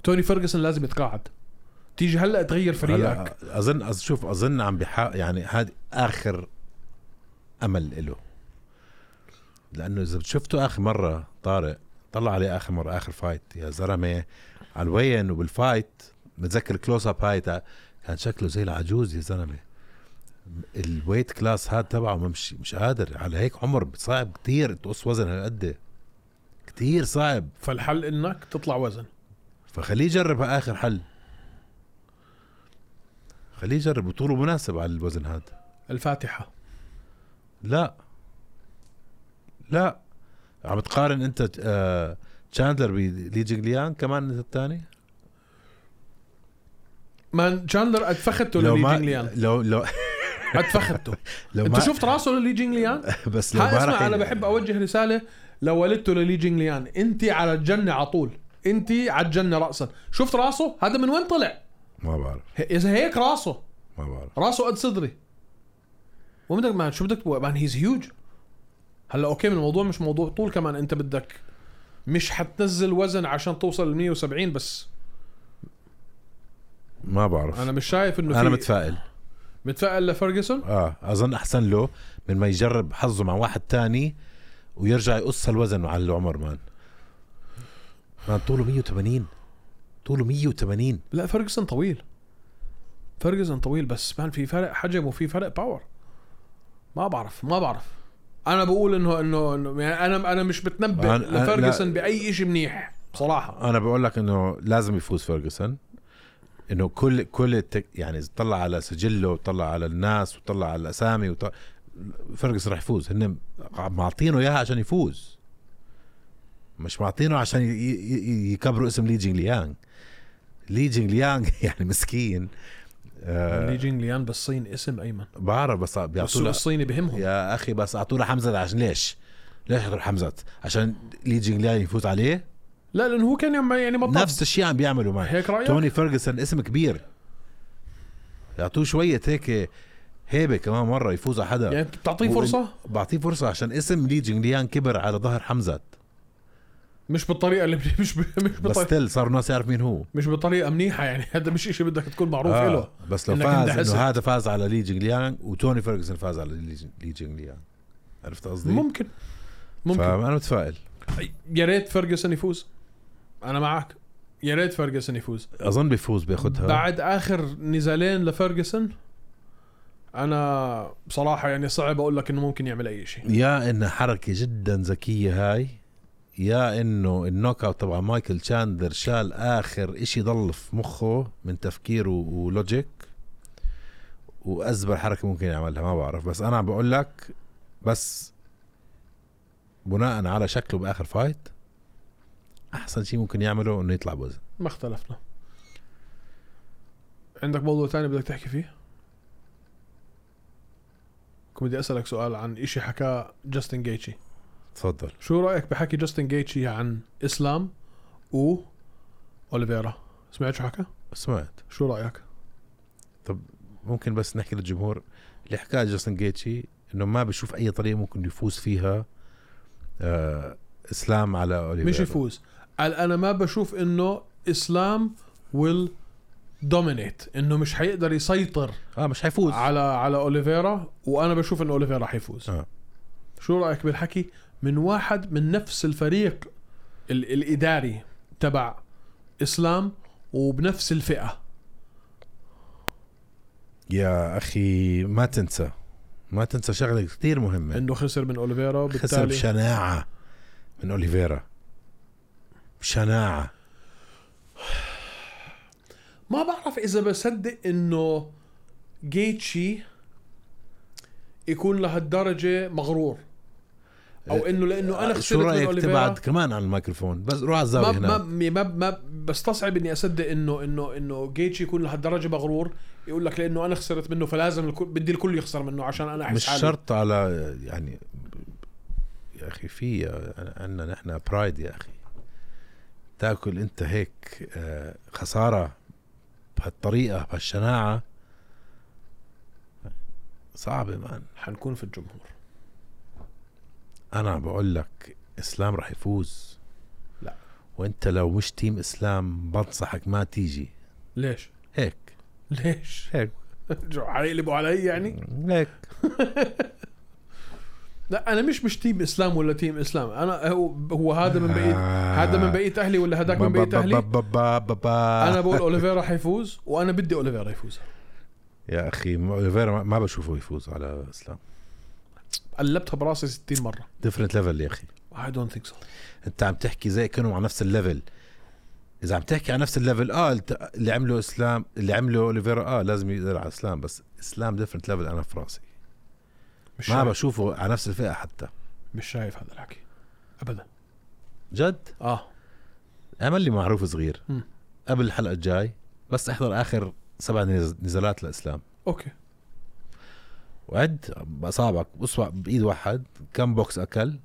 Speaker 2: توني فيرجسون لازم يتقاعد تيجي هلا تغير فريقك
Speaker 3: هلا اظن أظ- شوف اظن عم بحق يعني هذا اخر امل له لانه اذا شفته اخر مره طارق طلع عليه اخر مره اخر فايت يا زلمه على الوين وبالفايت متذكر كلوز اب هاي تاع- كان شكله زي العجوز يا زلمه الويت كلاس هاد تبعه مش مش قادر على هيك عمر صعب كتير تقص وزن هالقد كتير صعب
Speaker 2: فالحل انك تطلع وزن
Speaker 3: فخليه يجرب اخر حل خليه يجرب وطوله مناسب على الوزن هذا
Speaker 2: الفاتحه
Speaker 3: لا لا عم تقارن انت آه تشاندلر بلي جيجليان كمان الثاني
Speaker 2: مان تشاندلر اتفخته للي جينغليان
Speaker 3: لو لو
Speaker 2: اتفخته
Speaker 3: لو
Speaker 2: انت
Speaker 3: ما
Speaker 2: شفت راسه للي جينغليان
Speaker 3: بس لو
Speaker 2: هاي
Speaker 3: ما رح
Speaker 2: اسمع انا
Speaker 3: ي-
Speaker 2: بحب اوجه رساله لوالدته للي جينغليان انت على الجنه على طول انت على الجنه راسا شفت راسه هذا من وين طلع
Speaker 3: ما بعرف
Speaker 2: ه- اذا هيك راسه
Speaker 3: ما بعرف
Speaker 2: راسه قد صدري وبدك ما شو بدك مان هيز هيوج هلا اوكي من الموضوع مش موضوع طول كمان انت بدك مش حتنزل وزن عشان توصل ل 170 بس
Speaker 3: ما بعرف
Speaker 2: انا
Speaker 3: انا,
Speaker 2: مش شايف انه
Speaker 3: أنا
Speaker 2: في-
Speaker 3: متفائل
Speaker 2: متفائل لفرجسون
Speaker 3: اه اظن احسن له من ما يجرب حظه مع واحد تاني ويرجع يقص الوزن على العمر مان مان طوله 180 طوله 180
Speaker 2: لا فرجسون طويل فرجسون طويل بس مان في فرق حجم وفي فرق باور ما بعرف ما بعرف انا بقول انه انه إنه- يعني انا انا مش بتنبأ
Speaker 3: أنا- أنا- لا. آه.
Speaker 2: لفرجسون باي شيء منيح بصراحه
Speaker 3: انا بقول لك انه لازم يفوز فيرجسون انه كل كل التك يعني إذا طلع على سجله وطلع على الناس وطلع على الاسامي وطلع فيرجسون رح يفوز هن معطينه اياها عشان يفوز مش معطينه عشان ي- ي- ي- يكبروا اسم لي جينغ ليانغ لي جينغ ليانغ يعني مسكين
Speaker 2: لي جينغ ليان بالصين اسم ايمن
Speaker 3: بعرف بس
Speaker 2: السوق
Speaker 3: بيعطونا
Speaker 2: الصيني بهمهم
Speaker 3: يا اخي بس اعطونا حمزه عشان ليش؟ ليش اعطوا حمزه؟ عشان لي جينغ ليان يفوز عليه؟
Speaker 2: لا لانه هو كان يم- يعني بطل
Speaker 3: نفس الشيء عم بيعملوا معي
Speaker 2: هيك رأيك؟
Speaker 3: توني فيرجسون اسم كبير يعطوه شويه هيك هيبه كمان مره يفوز على حدا
Speaker 2: يعني بتعطيه
Speaker 3: وإن-
Speaker 2: فرصه
Speaker 3: بعطيه فرصه عشان اسم لي جينغ ليان كبر على ظهر حمزه
Speaker 2: مش بالطريقه اللي مش ب... مش
Speaker 3: بس
Speaker 2: بطريقة
Speaker 3: تل صار الناس يعرف مين هو
Speaker 2: مش بطريقه منيحه يعني هذا مش شيء بدك تكون معروف آه. له
Speaker 3: بس لو
Speaker 2: إنك
Speaker 3: فاز
Speaker 2: أنت
Speaker 3: انه
Speaker 2: حسن.
Speaker 3: هذا فاز على لي جينغ ليان وتوني فيرجسون فاز على لي جينغ- لي جينغ ليان عرفت قصدي؟
Speaker 2: ممكن ممكن
Speaker 3: فانا متفائل
Speaker 2: يا ريت فيرجسون يفوز انا معك يا ريت فيرجسون يفوز
Speaker 3: اظن بيفوز بياخذها
Speaker 2: بعد اخر نزالين لفيرجسون انا بصراحه يعني صعب اقول لك انه ممكن يعمل اي شيء
Speaker 3: يا انها حركه جدا ذكيه هاي يا انه النوك اوت تبع مايكل تشاندر شال اخر اشي ضل في مخه من تفكير و- ولوجيك وازبل حركه ممكن يعملها ما بعرف بس انا عم بقول لك بس بناء على شكله باخر فايت احسن شيء ممكن يعمله انه يطلع بوزن
Speaker 2: ما اختلفنا عندك موضوع تاني بدك تحكي فيه كنت بدي اسالك سؤال عن اشي حكاه جاستن جيتشي
Speaker 3: تفضل
Speaker 2: شو رايك بحكي جاستن جيتشي عن اسلام و اوليفيرا سمعت شو حكى
Speaker 3: سمعت
Speaker 2: شو رايك
Speaker 3: ممكن بس نحكي للجمهور اللي حكاه جاستن جيتشي انه ما بشوف اي طريقه ممكن يفوز فيها آه اسلام على اوليفيرا
Speaker 2: مش يفوز قال انا ما بشوف انه اسلام ويل دومينيت انه مش حيقدر يسيطر
Speaker 3: اه مش حيفوز
Speaker 2: على على اوليفيرا وانا بشوف انه اوليفيرا حيفوز
Speaker 3: آه.
Speaker 2: شو رايك بالحكي من واحد من نفس الفريق ال- الاداري تبع اسلام وبنفس الفئه
Speaker 3: يا اخي ما تنسى ما تنسى شغله كثير مهمه
Speaker 2: انه خسر من اوليفيرا
Speaker 3: نعم. خسر
Speaker 2: وبالتالي
Speaker 3: بشناعه من اوليفيرا بشناعه
Speaker 2: ما بعرف اذا بصدق انه جيتشي يكون لهالدرجه مغرور او انه لانه انا
Speaker 3: آه،
Speaker 2: خسرت
Speaker 3: شو
Speaker 2: من
Speaker 3: رايك
Speaker 2: اوليفيرا
Speaker 3: تبعد كمان عن الميكروفون بس روح على
Speaker 2: ما
Speaker 3: الزاويه
Speaker 2: ما
Speaker 3: هنا
Speaker 2: ما ما- ما بستصعب اني اصدق انه انه انه جيتش يكون لهالدرجه مغرور يقول لك لانه انا خسرت منه فلازم الكل بدي الكل يخسر منه عشان انا احس
Speaker 3: مش
Speaker 2: حالي.
Speaker 3: شرط على يعني يا اخي في عندنا نحن برايد يا اخي تاكل انت هيك آه، خساره بهالطريقه بهالشناعه صعبه مان
Speaker 2: حنكون في الجمهور
Speaker 3: انا بقول لك اسلام رح يفوز
Speaker 2: لا.
Speaker 3: وانت لو مش تيم اسلام بنصحك ما تيجي
Speaker 2: ليش؟
Speaker 3: هيك
Speaker 2: ليش؟
Speaker 3: هيك
Speaker 2: يقلبوا علي يعني؟
Speaker 3: هيك
Speaker 2: لا انا مش مش تيم اسلام ولا تيم اسلام انا هو هو هذا من بقيت
Speaker 3: آه.
Speaker 2: هذا من بقيت اهلي ولا هذاك من بقيت اهلي انا
Speaker 3: انا
Speaker 2: بقول اوليفيرا حيفوز وانا بدي اوليفيرا يفوز
Speaker 3: يا اخي ما- اوليفيرا ما- ما بشوفه يفوز على اسلام
Speaker 2: قلبتها براسي 60 مره
Speaker 3: ديفرنت ليفل يا اخي
Speaker 2: اي دونت ثينك سو
Speaker 3: انت عم تحكي زي كانوا على نفس الليفل اذا عم تحكي على نفس الليفل اه الت- اللي عمله اسلام اللي عمله اوليفيرا اه لازم يقدر على اسلام بس اسلام ديفرنت ليفل انا في راسي
Speaker 2: مش
Speaker 3: ما
Speaker 2: شايف.
Speaker 3: بشوفه على نفس الفئه حتى
Speaker 2: مش شايف هذا الحكي ابدا
Speaker 3: جد
Speaker 2: اه
Speaker 3: اعمل لي معروف صغير
Speaker 2: مم.
Speaker 3: قبل الحلقه الجاي بس احضر اخر سبع نز- نزالات لاسلام
Speaker 2: اوكي
Speaker 3: وعد باصابعك اصبع بايد واحد كم بوكس اكل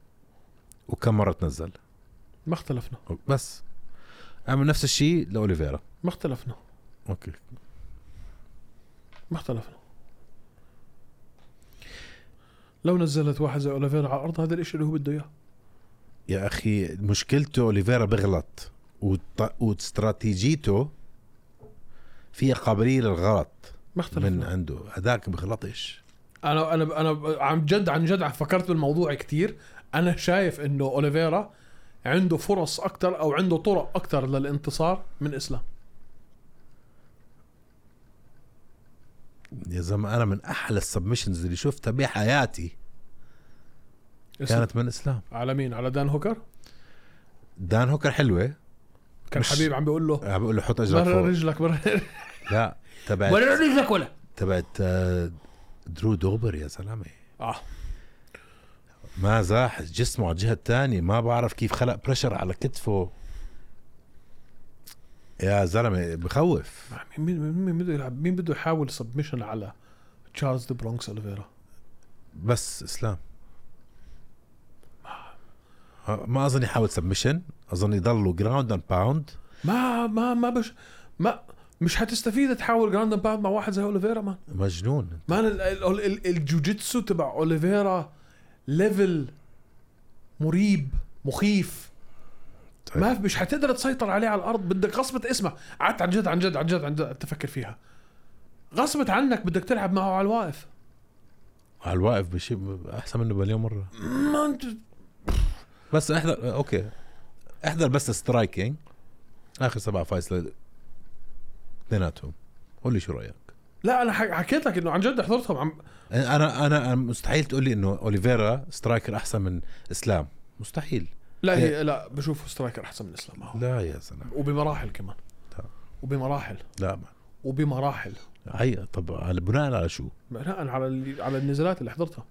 Speaker 3: وكم مره تنزل
Speaker 2: ما اختلفنا
Speaker 3: بس اعمل نفس الشيء لاوليفيرا
Speaker 2: ما اختلفنا
Speaker 3: اوكي
Speaker 2: ما اختلفنا لو نزلت واحد زي اوليفيرا على الارض هذا الشيء اللي هو بده اياه
Speaker 3: يا اخي مشكلته اوليفيرا بغلط وط- واستراتيجيته فيها قابليه للغلط
Speaker 2: ما
Speaker 3: من
Speaker 2: اختلفنا
Speaker 3: عنده هذاك بغلطش
Speaker 2: انا انا انا عن جد عن جد فكرت بالموضوع كثير انا شايف انه اوليفيرا عنده فرص اكثر او عنده طرق اكثر للانتصار من اسلام
Speaker 3: يا زلمه انا من احلى السبمشنز اللي شفتها بحياتي
Speaker 2: إسلام.
Speaker 3: كانت من اسلام
Speaker 2: على مين على دان هوكر
Speaker 3: دان هوكر حلوه
Speaker 2: كان
Speaker 3: مش-
Speaker 2: حبيب عم بيقول له
Speaker 3: عم بقول له حط اجرك
Speaker 2: برا
Speaker 3: فوق
Speaker 2: رجلك برا رجلك.
Speaker 3: لا تبعت
Speaker 2: برا رجلك ولا
Speaker 3: تبعت آه، درو دوبر يا زلمه
Speaker 2: اه
Speaker 3: ما زاح جسمه على الجهه الثانيه ما بعرف كيف خلق بريشر على كتفه يا زلمه بخوف
Speaker 2: يعني مين مين مين بده يلعب مين بده يحاول سبمشن على تشارلز دي برونكس اوليفيرا
Speaker 3: بس اسلام ها- ما اظن يحاول سبمشن اظن يضلوا جراوند اند باوند
Speaker 2: ما ما ما بش ما مش حتستفيد تحاول جراند أند باوند مع واحد زي اوليفيرا مان
Speaker 3: مجنون
Speaker 2: مان ال- ال- ال- الجوجيتسو تبع اوليفيرا ليفل مريب مخيف
Speaker 3: طيب.
Speaker 2: ما في- مش حتقدر تسيطر عليه على الارض بدك غصبة اسمع قعدت عن جد عن جد عن جد عن جد تفكر فيها غصبة عنك بدك تلعب معه على الواقف
Speaker 3: على الواقف بشي احسن منه بمليون مره
Speaker 2: ما انت
Speaker 3: بس احضر اوكي احضر بس سترايكينج اخر سبعه فايز ل- اثنيناتهم قول لي شو رايك
Speaker 2: لا انا ح- حكيت لك انه عن جد حضرتهم عم
Speaker 3: انا انا أنا مستحيل تقول لي انه اوليفيرا سترايكر احسن من اسلام مستحيل
Speaker 2: لا هي لا بشوفه سترايكر احسن من اسلام هو
Speaker 3: لا يا زلمه
Speaker 2: وبمراحل كمان
Speaker 3: طبعا.
Speaker 2: وبمراحل
Speaker 3: لا ما
Speaker 2: وبمراحل
Speaker 3: هي طب على- بناء على شو؟
Speaker 2: بناء على اللي- على النزالات اللي حضرتها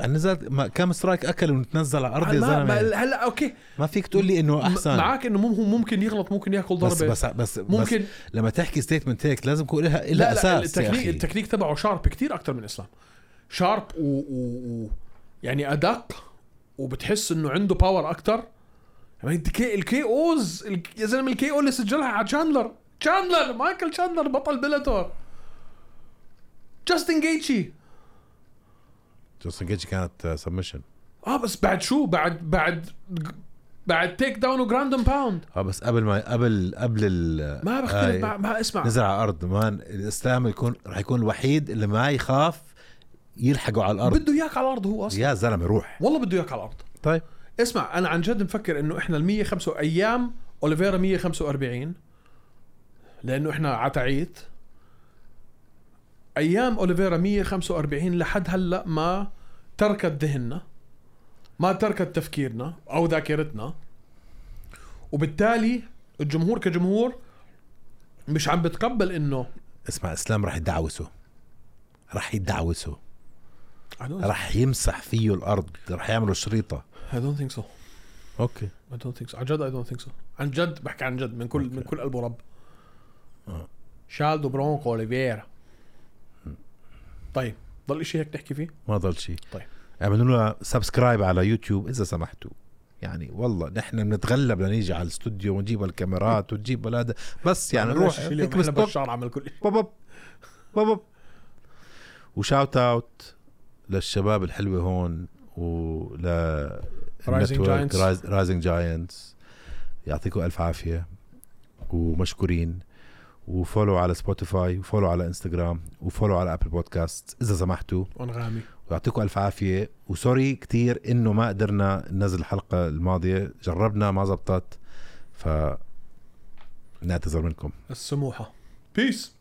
Speaker 3: يعني نزلت ما كم سترايك اكل ونتنزل على الارض يا
Speaker 2: ما-
Speaker 3: زلمه
Speaker 2: ما- هلا اوكي
Speaker 3: ما فيك تقول لي انه احسن
Speaker 2: معك انه مم- هو ممكن يغلط ممكن ياكل ضربه
Speaker 3: بس بس بس
Speaker 2: ممكن
Speaker 3: بس لما تحكي ستيتمنت هيك لازم يكون لها
Speaker 2: لا,
Speaker 3: لها
Speaker 2: لا,
Speaker 3: اساس يا
Speaker 2: التكنيك
Speaker 3: أخي.
Speaker 2: التكنيك تبعه شارب كتير اكثر من اسلام شارب و, و, و يعني ادق وبتحس انه عنده باور اكثر يعني الكي الكي اوز ال- يا زلمه الكي او اللي سجلها على تشاندلر تشاندلر مايكل تشاندلر بطل بيلاتور جاستن جيتشي
Speaker 3: جوستن جيتش كانت سبمشن
Speaker 2: اه بس بعد شو بعد بعد بعد تيك داون وجراند أند باوند
Speaker 3: اه بس قبل ما قبل قبل ال
Speaker 2: ما
Speaker 3: آي.
Speaker 2: بختلف مع ما اسمع
Speaker 3: نزل على الارض مان الاسلام يكون رح يكون الوحيد اللي ما يخاف يلحقوا على الارض
Speaker 2: بده اياك على الارض هو اصلا
Speaker 3: يا زلمه روح
Speaker 2: والله بده اياك على الارض
Speaker 3: طيب
Speaker 2: اسمع انا عن جد مفكر انه احنا ال 105 ايام اوليفيرا 145 لانه احنا عتعيت ايام اوليفيرا 145 لحد هلا ما تركت ذهننا ما تركت تفكيرنا او ذاكرتنا وبالتالي الجمهور كجمهور مش عم بتقبل انه
Speaker 3: اسمع اسلام رح يدعوسه رح يدعوسه رح يمسح فيه الارض رح يعملوا شريطه
Speaker 2: I don't think so
Speaker 3: اوكي
Speaker 2: I don't think so عن جد I don't think so عن جد بحكي عن جد من كل من كل قلب ورب
Speaker 3: آه.
Speaker 2: شالدو برونكو اوليفيرا طيب ضل شيء هيك نحكي فيه
Speaker 3: ما ضل شيء
Speaker 2: طيب.
Speaker 3: اعملوا لنا سبسكرايب على يوتيوب اذا سمحتوا يعني والله نحن بنتغلب لنيجي على الاستوديو ونجيب الكاميرات ونجيب هذا بس يعني
Speaker 2: عملنا
Speaker 3: روح
Speaker 2: شي اليوم،
Speaker 3: اكبس
Speaker 2: إحنا
Speaker 3: طق
Speaker 2: بالشعر عمل كل شيء
Speaker 3: بابا بابا وشاوت اوت للشباب الحلوه هون ولا
Speaker 2: Rising Giants.
Speaker 3: رايزنج جاينتس يعطيكم الف عافيه ومشكورين وفولو على سبوتيفاي وفولو على انستغرام وفولو على ابل بودكاست اذا سمحتوا
Speaker 2: وانغامي
Speaker 3: ويعطيكم الف عافيه وسوري كتير انه ما قدرنا ننزل الحلقه الماضيه جربنا ما زبطت ف نعتذر منكم
Speaker 2: السموحه بيس